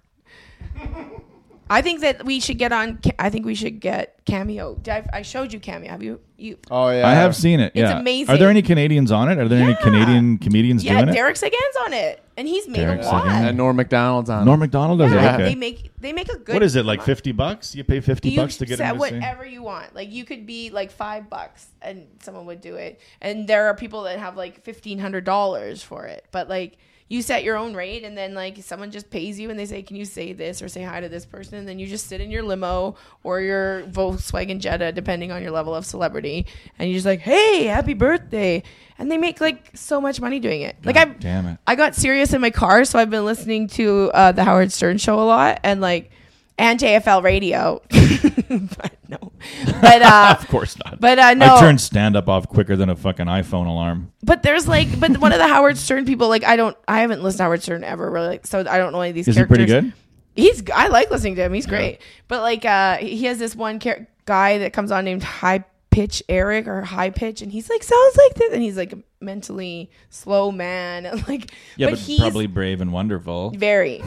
I think that we should get on. Ca- I think we should get cameo. Did I, I showed you cameo. Have you? You? Oh yeah. I have seen it. It's Yeah, amazing. Are there any Canadians on it? Are there any Yeah. Canadian comedians yeah, doing it? Derek Sagan's on it, and he's made Derek a lot. Sagan. And Norm Macdonald's on. it. Norm Macdonald does Yeah, it. They Okay. make they make a good. What is it like? Fifty bucks? You pay fifty You bucks to get set into whatever you want. Like you could be like five bucks, and someone would do it. And there are people that have like fifteen hundred dollars for it. But like you set your own rate and then like someone just pays you and they say can you say this or say hi to this person and then you just sit in your limo or your Volkswagen Jetta depending on your level of celebrity and you're just like hey happy birthday and they make like so much money doing it like I God damn it. I got serious in my car so I've been listening to uh, the Howard Stern show a lot and like and JFL radio but no but uh Of course not. but uh no I turned stand up off quicker than a fucking iPhone alarm. But there's like, but one of the Howard Stern people, like I don't, I haven't listened to Howard Stern ever really, like, so I don't know any of these Is he characters. pretty good? He's, I like listening to him. He's great. But like, uh, he has this one char- guy that comes on named High Pitch Eric or High Pitch, and he's like sounds like this, and he's like a mentally slow man, and like, Yeah, but, he's probably brave and wonderful. very.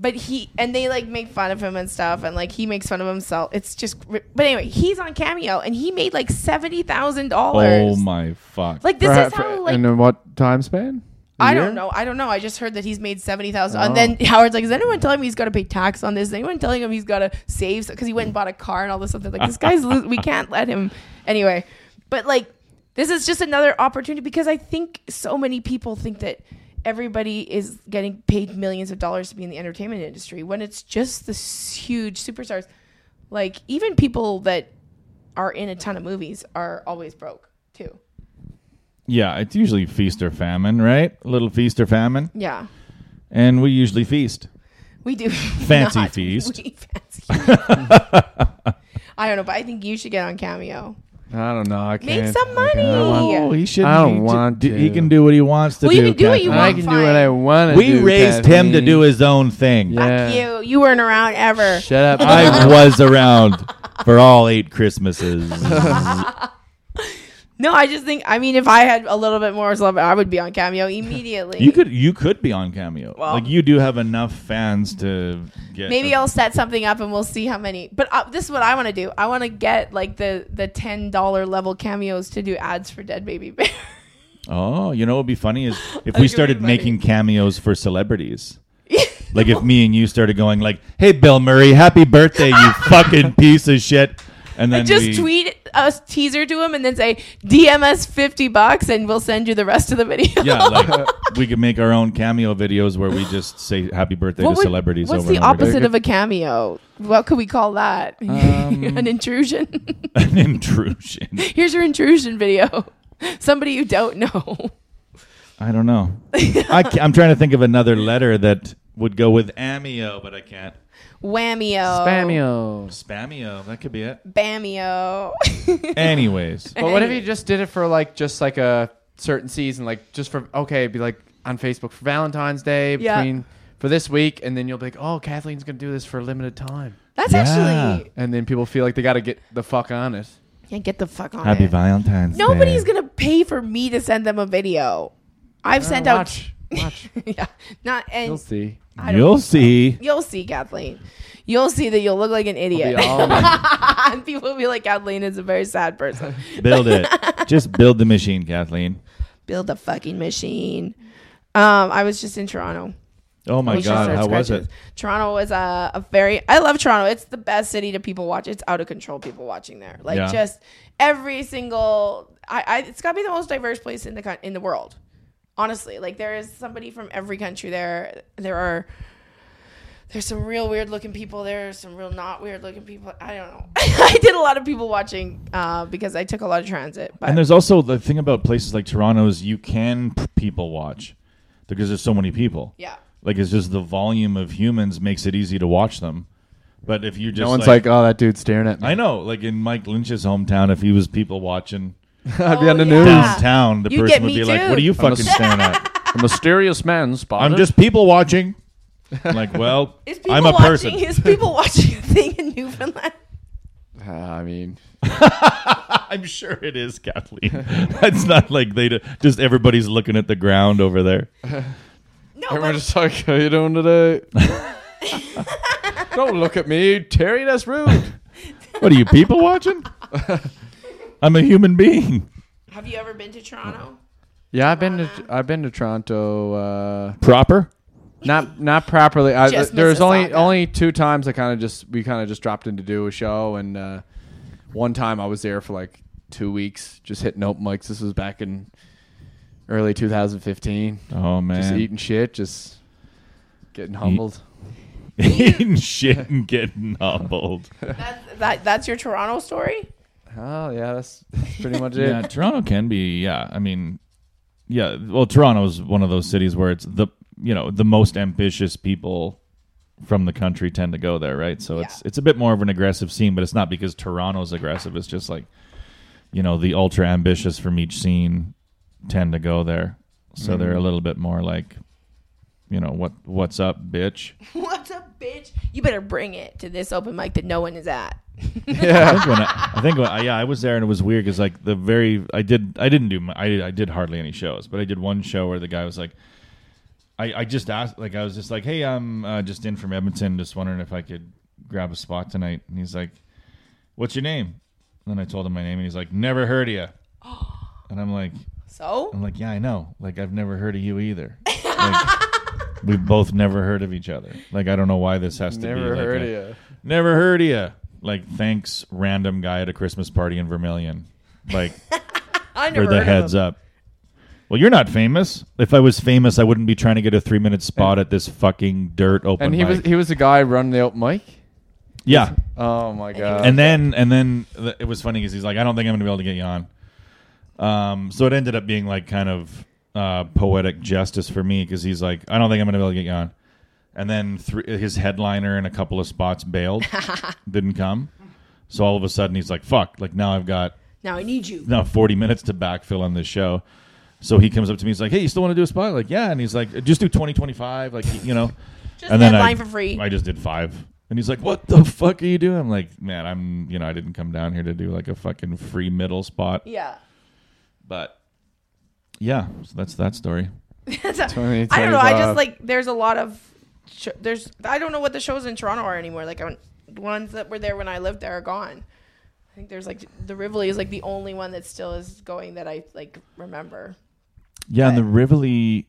But he and they like make fun of him and stuff, and like he makes fun of himself. It's just, but anyway, he's on Cameo, and he made like seventy thousand Oh dollars. my fuck. Like this Perhaps- is how like and in what time span? A I year? don't know. I don't know. I just heard that he's made seventy thousand, and then Howard's like, "Is anyone telling me he's got to pay tax on this? Is anyone telling him he's got to save because he went and bought a car and all this stuff?" They're like, "This guy's lo- we can't let him." Anyway, but like, this is just another opportunity because I think so many people think that everybody is getting paid millions of dollars to be in the entertainment industry when it's just this huge superstars. Like even people that are in a ton of movies are always broke too. yeah, it's usually feast or famine, right? A little feast or famine. Yeah. And we usually feast. We do Fancy not. feast. We fancy. I don't know, but I think you should get on Cameo. I don't know. I can't. some I can't. I money. want- Yeah. Oh, he should. I don't he ju- want d- He to. can do what he wants to Well, do. you can do what you Kathleen. I want. can do what I want to We do. raised him to do his own thing. Fuck you. You weren't around ever. Shut up. I was around for all eight Christmases. No, I just think. I mean, if I had a little bit more love, I would be on Cameo immediately. you could you could be on Cameo. Well- like you do have enough fans to get. Maybe I'll set something up and we'll see how many. But uh, this is what I want to do. I want to get like the the ten dollar level cameos to do ads for Dead Baby Bear. Oh, you know what would be funny is if That'd be we started funny. making cameos for celebrities. like if me and you started going like, "Hey Bill Murray, happy birthday, you fucking piece of shit." And then just we, tweet a teaser to him and then say DM us fifty bucks and we'll send you the rest of the video. Yeah, like we could make our own cameo videos where we just say happy birthday to would- celebrities What's over the and over opposite of a cameo? What could we call that? Um, An intrusion. again. An intrusion. Here's your intrusion video. Somebody you don't know. I don't know. I am trying to think of another letter that would go with amio, but I can't. Whammio. Spamio. Spamio, that could be it. Bammio. Anyways, But what if you just did it for like just like a certain season, like just for okay, it'd be like on Facebook for Valentine's Day Yeah. between for this week, and then you'll be like, oh, Kathleen's gonna do this for a limited time, That's Yeah. actually. and then people feel like they got to get the fuck on it. Yeah, get the fuck on. happy it. Valentine's Day. Nobody's going to pay for me to send them a video. I've sent Oh, out. watch, watch, yeah. Not, and you'll see. I don't- You'll see. You'll see, Kathleen. You'll see that you'll look like an Be idiot. all me. and people will be like, Kathleen is a very sad person. Build it. Just build the machine, Kathleen. build a fucking machine. Um, I was just in Toronto. Oh my We should God, start how was scratches. it? Toronto was a, a very. I love Toronto. It's the best city to people watch. It's out of control. People watching there, like Yeah. just every single. I, I it's got to be the most diverse place in the coun- in the world. Honestly, like there is somebody from every country there. There are. There's some real weird looking people. There's some real not weird looking people. I don't know. I did a lot of people watching uh, because I took a lot of transit. But And there's also the thing about places like Toronto is you can p- people watch because there's so many people. yeah, Like it's just the volume of humans makes it easy to watch them. But if you just No one's like, oh, that dude's staring at me. I know, like in Mike Lynch's hometown, if he was people watching I'd be Oh, on the yeah. news. downtown, the You get person would me be like, too. "What are you I'm a- fucking staring at?" A mysterious man spotted. I'm just people watching. I'm like, well, is people I'm a watching? person. Is people watching a thing in Newfoundland? Uh, I mean, I'm sure it is, Kathleen. That's not like they do, just everybody's looking at the ground over there. No, everyone but- just like, how you doing today? Don't look at me, Terry. That's rude. What are you people watching? I'm a human being. Have you ever been to Toronto? Yeah, I've been to I've been to Toronto. Uh, Proper. not not properly. I, Just there's only Mississauga. only two times I kind of just we kind of just dropped in to do a show, and uh, one time I was there for like two weeks, just hitting open mics. This was back in early 2015. Oh Just man, eating shit, just getting humbled. eating shit and getting humbled. That, that that's your Toronto story. Oh yeah, that's, that's pretty much it. yeah, Toronto can be. Yeah, I mean, yeah. Well, Toronto's one of those cities where it's the you know the most ambitious people from the country tend to go there, right? So it's it's a bit more of an aggressive scene, but it's not because Toronto's aggressive. It's just like you know the ultra ambitious from each scene tend to go there, so they're a little bit more like you know what what's up, bitch. What's up, bitch? You better bring it to this open mic that no one is at. I think when I, I think when I, yeah, I was there and it was weird because like the very I did I didn't do my, I I did hardly any shows, but I did one show where the guy was like, I I just asked like I was just like, hey, I'm uh, just in from Edmonton, just wondering if I could grab a spot tonight, and he's like, what's your name? And then I told him my name, and he's like, never heard of you, and I'm like, So I'm like, yeah, I know, like I've never heard of you either. Like, we both never heard of each other. Like I don't know why this has to be. Never like, heard a- of you. Never heard of you. Like, thanks, random guy at a Christmas party in Vermillion. Like, I for never the heard heads of up. Well, you're not famous. If I was famous, I wouldn't be trying to get a three minute spot at this fucking dirt open. And he was mic. he was the guy running the open mic. yeah. Oh my god. And then and then th- it was funny because he's like, I don't think I'm gonna be able to get you on. Um, so it ended up being like kind of uh, poetic justice for me because he's like, I don't think I'm gonna be able to get you on. And then thr his headliner and a couple of spots bailed, didn't come. So all of a sudden he's like, "Fuck!" Like now I've got Now I need you. now 40 minutes to backfill on this show. So he comes up to me. He's like, "Hey, you still want to do a spot?" Like, "Yeah." And he's like, "Just do 2025." Like, you know. Just headline I, for free. I just did five. And he's like, "What the fuck are you doing?" I'm like, "Man, I'm you know I didn't come down here to do like a fucking free middle spot." Yeah. But yeah, so that's that story. That's a- 20, I don't know. I 25. just like there's a lot of sh- there's I don't know what the shows in Toronto are anymore. Like I'm, the ones that were there when I lived there are gone. I think there's like the Rivoli is like the only one that still is going that I like remember. Yeah, and the Rivoli.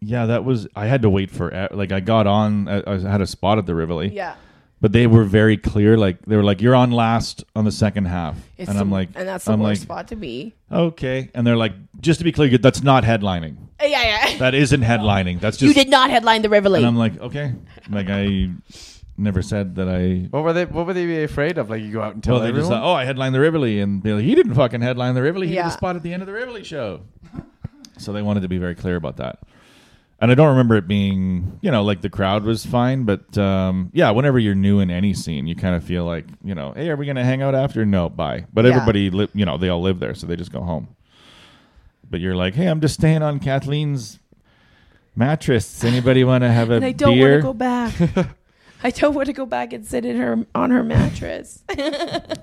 Yeah, that was I had to wait for e, like I got on. I, I had a spot at the Rivoli, Yeah. but they were very clear. Like they were like, "You're on last on the second half," and I'm the- like, and that's the I'm worst like, spot to be. Okay. And they're like, just to be clear, that's not headlining. Uh, Yeah, yeah. That isn't headlining. That's just. you did not headline the Rivoli. And I'm like, okay. Like, I never said that I. what were they? What would they be afraid of? Like you go out and tell Well, they everyone. just thought, oh, I headlined the Rivoli. And be like, he didn't fucking headline the Rivoli. He had Yeah. a spot at the end of the Rivoli show. so they wanted to be very clear about that. And I don't remember it being, you know, like the crowd was fine. But um, yeah, whenever you're new in any scene, you kind of feel like, you know, hey, are we going to hang out after? No, bye. But Yeah. everybody, li- you know, they all live there. So they just go home. But you're like, hey, I'm just staying on Kathleen's mattress. Anybody want to have a and I don't want beer? to go back. I don't want to go back and sit in her on her mattress.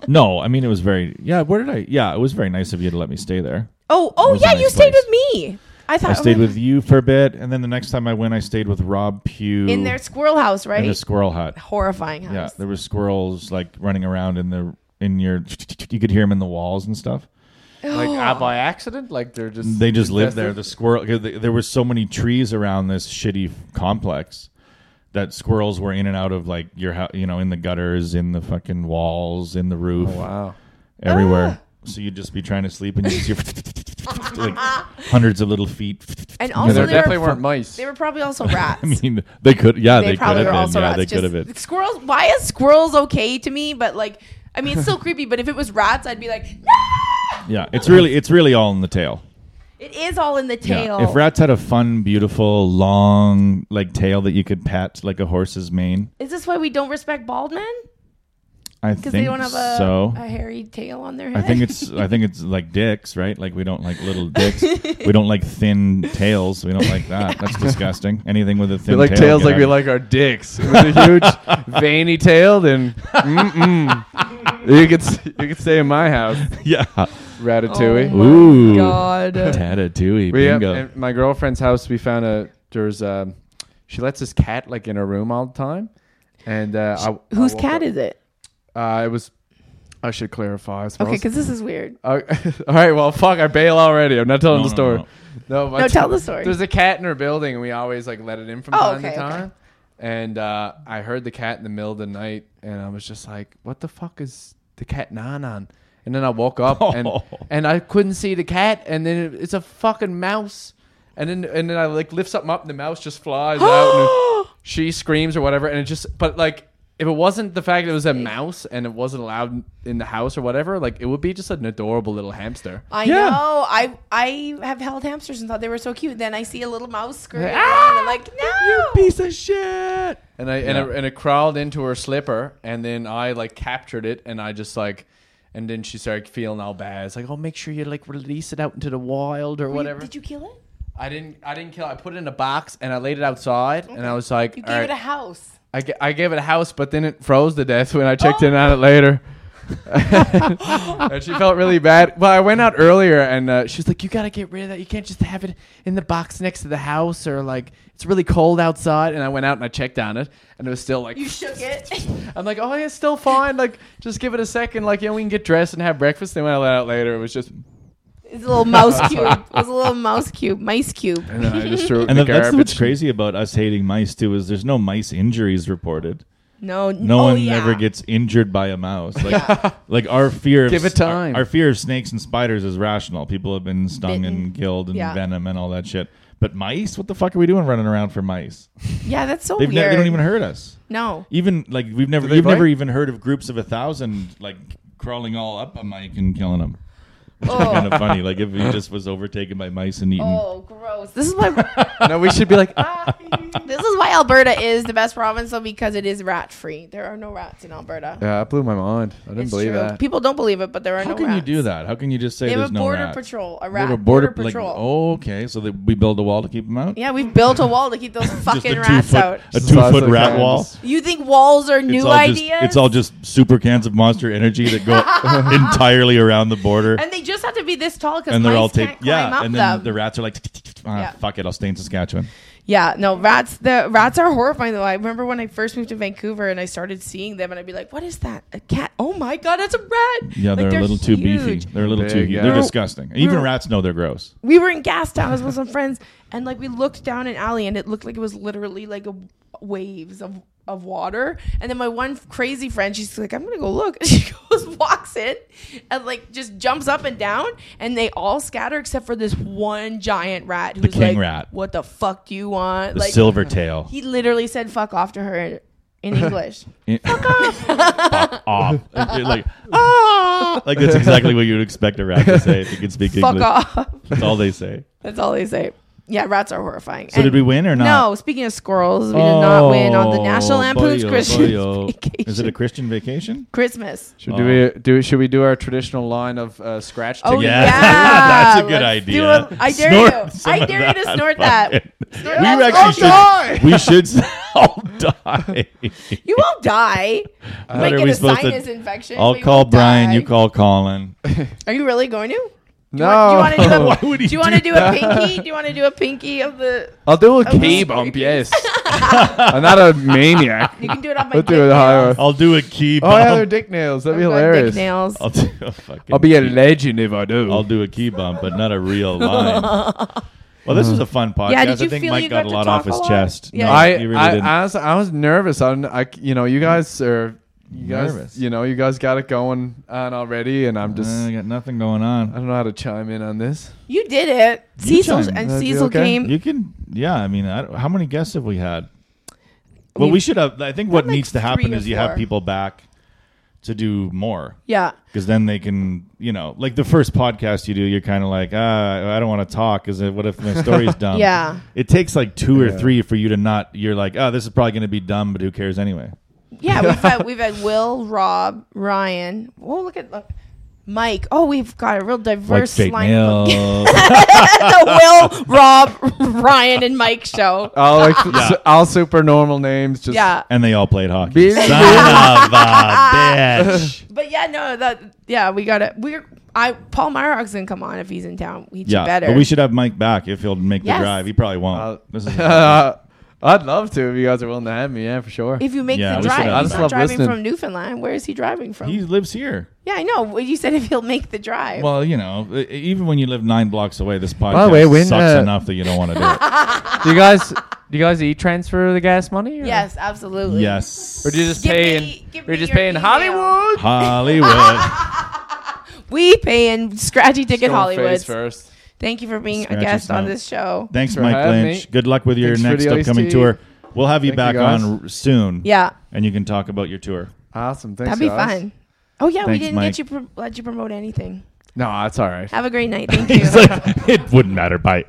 No, I mean it was very yeah. Where did I? Yeah, it was very nice of you to let me stay there. Oh, oh was a yeah, nice you stayed place. with me. I thought oh, I stayed with you for a bit, and then the next time I went, I stayed with Rob Pugh in their squirrel house, right? Oh, in the squirrel hut. Horrifying house. Yeah, there were squirrels like running around in the in your. You could hear them in the walls and stuff. like uh, by accident, like they're just They just lived there. infested? The squirrel. 'cause th- There were so many trees around this shitty complex that squirrels were in and out of like your house. You know, in the gutters, in the fucking walls, in the roof. Oh, Wow. Ah. everywhere. So you'd just be trying to sleep and you just hear like hundreds of little feet. And Yeah, Yeah, also, there they were, definitely weren't mice. they were probably also rats. I mean, they could, yeah, they, they, could probably have were also been, yeah, rats. they Just could have been. Squirrels. Why is squirrels okay to me? But like, I mean, it's still creepy. But if it was rats, I'd be like, no. Yeah, it's really, it's really all in the tail. It is all in the Yeah. tail. If rats had a fun, beautiful, long, like tail that you could pat like a horse's mane, is this why we don't respect bald men? I Because think they don't have a, so. a hairy tail on their head. I think it's, I think it's like dicks, right? Like we don't like little dicks. we don't like thin tails. We don't like that. That's disgusting. Anything with a thin We like tail, tails get like out we of- like our dicks. With a huge veiny tail, then mm-mm. you could s- you could stay in my house, Yeah. Ratatouille. Oh. Ooh. God. Tatatouille. we have, bingo. at my girlfriend's house. We found a there's um she lets this cat like in her room all the time, and uh, I, Whose cat is it? it? Uh, it was. I should clarify. I Okay, suppose. because this is weird. Uh, all right, well, fuck, I bail already. I'm not telling No, the no, story. No, but No, tell the story. There's a cat in her building, and we always like let it in from Oh, time okay, to time. And uh, I heard the cat in the middle of the night, and I was just like, "What the fuck is the cat non on?" And then I woke up and Oh. and I couldn't see the cat. And then it- it's a fucking mouse. And then and then I like lift something up and the mouse just flies out. And she screams or whatever. And it just but like if it wasn't the fact that it was a mouse and it wasn't allowed in the house or whatever, like it would be just an adorable little hamster. I Yeah. know. I I have held hamsters and thought they were so cute. Then I see a little mouse scurrying Ah! around, and I'm like, no. piece of shit. And I and, Yeah. it, and it crawled into her slipper, and then I like captured it, and I just like, and then she started feeling all bad. It's like, oh, make sure you like release it out into the wild or Were you- whatever. Did you kill it? I didn't. I didn't kill. it. I put it in a box and I laid it outside, and I was like, You gave all right. it a house. I, ga- I gave it a house, but then it froze to death when I checked Oh. in on it later. and she felt really bad. Well, I went out earlier, and uh, she was like, "You gotta get rid of that. You can't just have it in the box next to the house, or like it's really cold outside." And I went out and I checked on it, and it was still like, You shook it. "I'm like, oh, yeah, it's still fine. Like, just give it a second. Like, yeah, we can get dressed and have breakfast." Then when I let out later, it was just, it's a little mouse cube. It was a little mouse cube, mice cube. and then I just threw it in And the that- that's garbage. what's crazy about us hating mice too is there's no mice injuries reported. No, No oh, one yeah. ever gets injured by a mouse. Like, like our fear of Give it s- our- time. Our, fear of snakes and spiders is rational. People have been stung Bitten. and killed and Yeah. venom and all that shit. But mice, what the fuck are we doing running around for mice? Yeah, that's so They've weird. ne- they don't even hurt us. no. Even like we've never Do they you've never bite? even heard of groups of a thousand like crawling all up a mic and killing them. Oh. kind of funny. Like if he just was overtaken by mice and eaten. Oh, gross! This is why no, we should be like, ah, this is why Alberta is the best province, though, because it is rat free. There are no rats in Alberta. yeah, I blew my mind. I didn't It's believe true. that. People don't believe it, but there are How no can rats. you do that? How can you just say They there's have a no border rats? patrol, a They rat have a border, like, patrol. oh, okay. So they, we build a wall to keep them out. Yeah, we've built a wall to keep those fucking a rats two-foot- out. A Just two foot also rat cans. wall. You think walls are new it's all ideas? Just, it's all just super cans of Monster Energy that go entirely around the border, and, and they just have to be this tall because they're all can't taped. climb Yeah, up and them. then the rats are like, "Ah, Yeah. fuck it, I'll stay in Saskatchewan. yeah, no rats. The rats are horrifying though. I remember when I first moved to Vancouver and I started seeing them, and I'd be like, "What is that? A cat? Oh my god, that's a rat!" Yeah, Like, they're, a little too beefy. huge. They're a little too. Big, huge. yeah. They're We're- disgusting. Even we're- rats know they're gross. we were in Gastown. I was with some friends, and like we looked down an alley, and it looked like it was literally like a waves of of water. And then my one crazy friend, she's like, "I'm gonna go look." And she goes, walks in, and like just jumps up and down, and they all scatter except for this one giant rat who's king like, rat. "What the fuck do you want?" The like silver tail. he literally said "fuck off" to her in, in English. off. Like, you're like, ah! Like, that's exactly what you would expect a rat to say if you could speak fuck English. off. That's all they say. That's all they say. Yeah, rats are horrifying. So did we win or not? Oh, No, speaking of squirrels, we did not win on the National Lampoon's Christmas Vacation. Is it a Christian vacation? Christmas? Should do we do? Should we do our traditional line of uh, scratch? Oh tickets? yeah, That's a good Let's idea. do a- I dare Snort you. some I of dare you to that snort that. fucking- Snort we that. actually should. die. We should s- all die. You won't die. You might What are get we a supposed to- sinus infection. I'll but you call won't Brian. die. You call Colin. Are you really going to? No. Do you wanna do Why a- would he Do you want to do a pinky? Do you want to do a pinky of the? I'll do a Oh, key sorry. bump, yes. I'm not a maniac. You can do it on my Let's dick do it higher. nails. I'll do a key Oh, yeah, they're bump. dick nails. That'd be I'll go hilarious. Dick nails. I'll do a fucking. I'll be a key- legend if I do. I'll do a key bump, but not a real line. Well, this was a fun podcast. Yeah, did I you think feel Mike you got got a to lot talk off a his lot? chest. Yeah. No, I, you really I, didn't. I was, I was nervous. I, I, you know, you guys are, you guys, Nervous. you know, you guys got it going on already, and I'm just, Uh, I I got nothing going on. don't know how to chime in on this. You did it, Cecil, chimed. and That'd be Cecil Uh, okay. came. You can, yeah. I mean, I, don't- how many guests have we had? Well, We've- we should have. I think what like needs to happen three or is you have four. people back to do more yeah, because then they can, you know, like the first podcast you do, you're kind of like, ah, I don't want to talk because what if my story's dumb? Yeah. It takes like two or Yeah. three for you to not. You're like, oh, this is probably going to be dumb, but who cares anyway? yeah. We've had we've had Will, Rob, Ryan. Oh, look at look. Mike. Oh, we've got a real Like diverse fake lineup. nails. the Will, Rob, Ryan, and Mike show. All like, su- all super normal names. Just Yeah, and they all played hockey. Be- Son of a bitch. but yeah, no, that yeah, we got to We're I Paul Meyerhawk's gonna come on if he's in town. He'd Yeah, do better. but we should have Mike back if he'll make the Yes. drive. He probably won't. I'll- This is- uh, I'd love to if you guys are willing to have me. Yeah, for sure. if you make Yeah, the we should have drive, he's that. I not just love driving listening. from Newfoundland. Where is he driving from? he lives here. yeah, I know. Well, You said if he'll make the drive. Well, you know, e- even when you live nine blocks away, this podcast the way, when, sucks uh, enough that you don't want to do it. do you guys, do you guys eat transfer the gas money? Or? yes, absolutely. yes. Or do you just Give pay me- in, give or you me just your pay in email. Hollywood? Hollywood. We paying scratchy ticket Going Hollywood. face first. Thank you for being Scratchy a guest on snout. this show. Thanks, for Mike having Lynch. me. Good luck with your Thanks for next the iced upcoming tea. tour. We'll have you Thank back you, guys. on r- soon. Yeah, And you can talk about your tour. Awesome. Thanks, that'd be guys. fun. Oh yeah, we Thanks, didn't Mike. get you pro- let you promote anything. No, that's all right. Have a great night. Thank you. He's like, it wouldn't matter. Bye.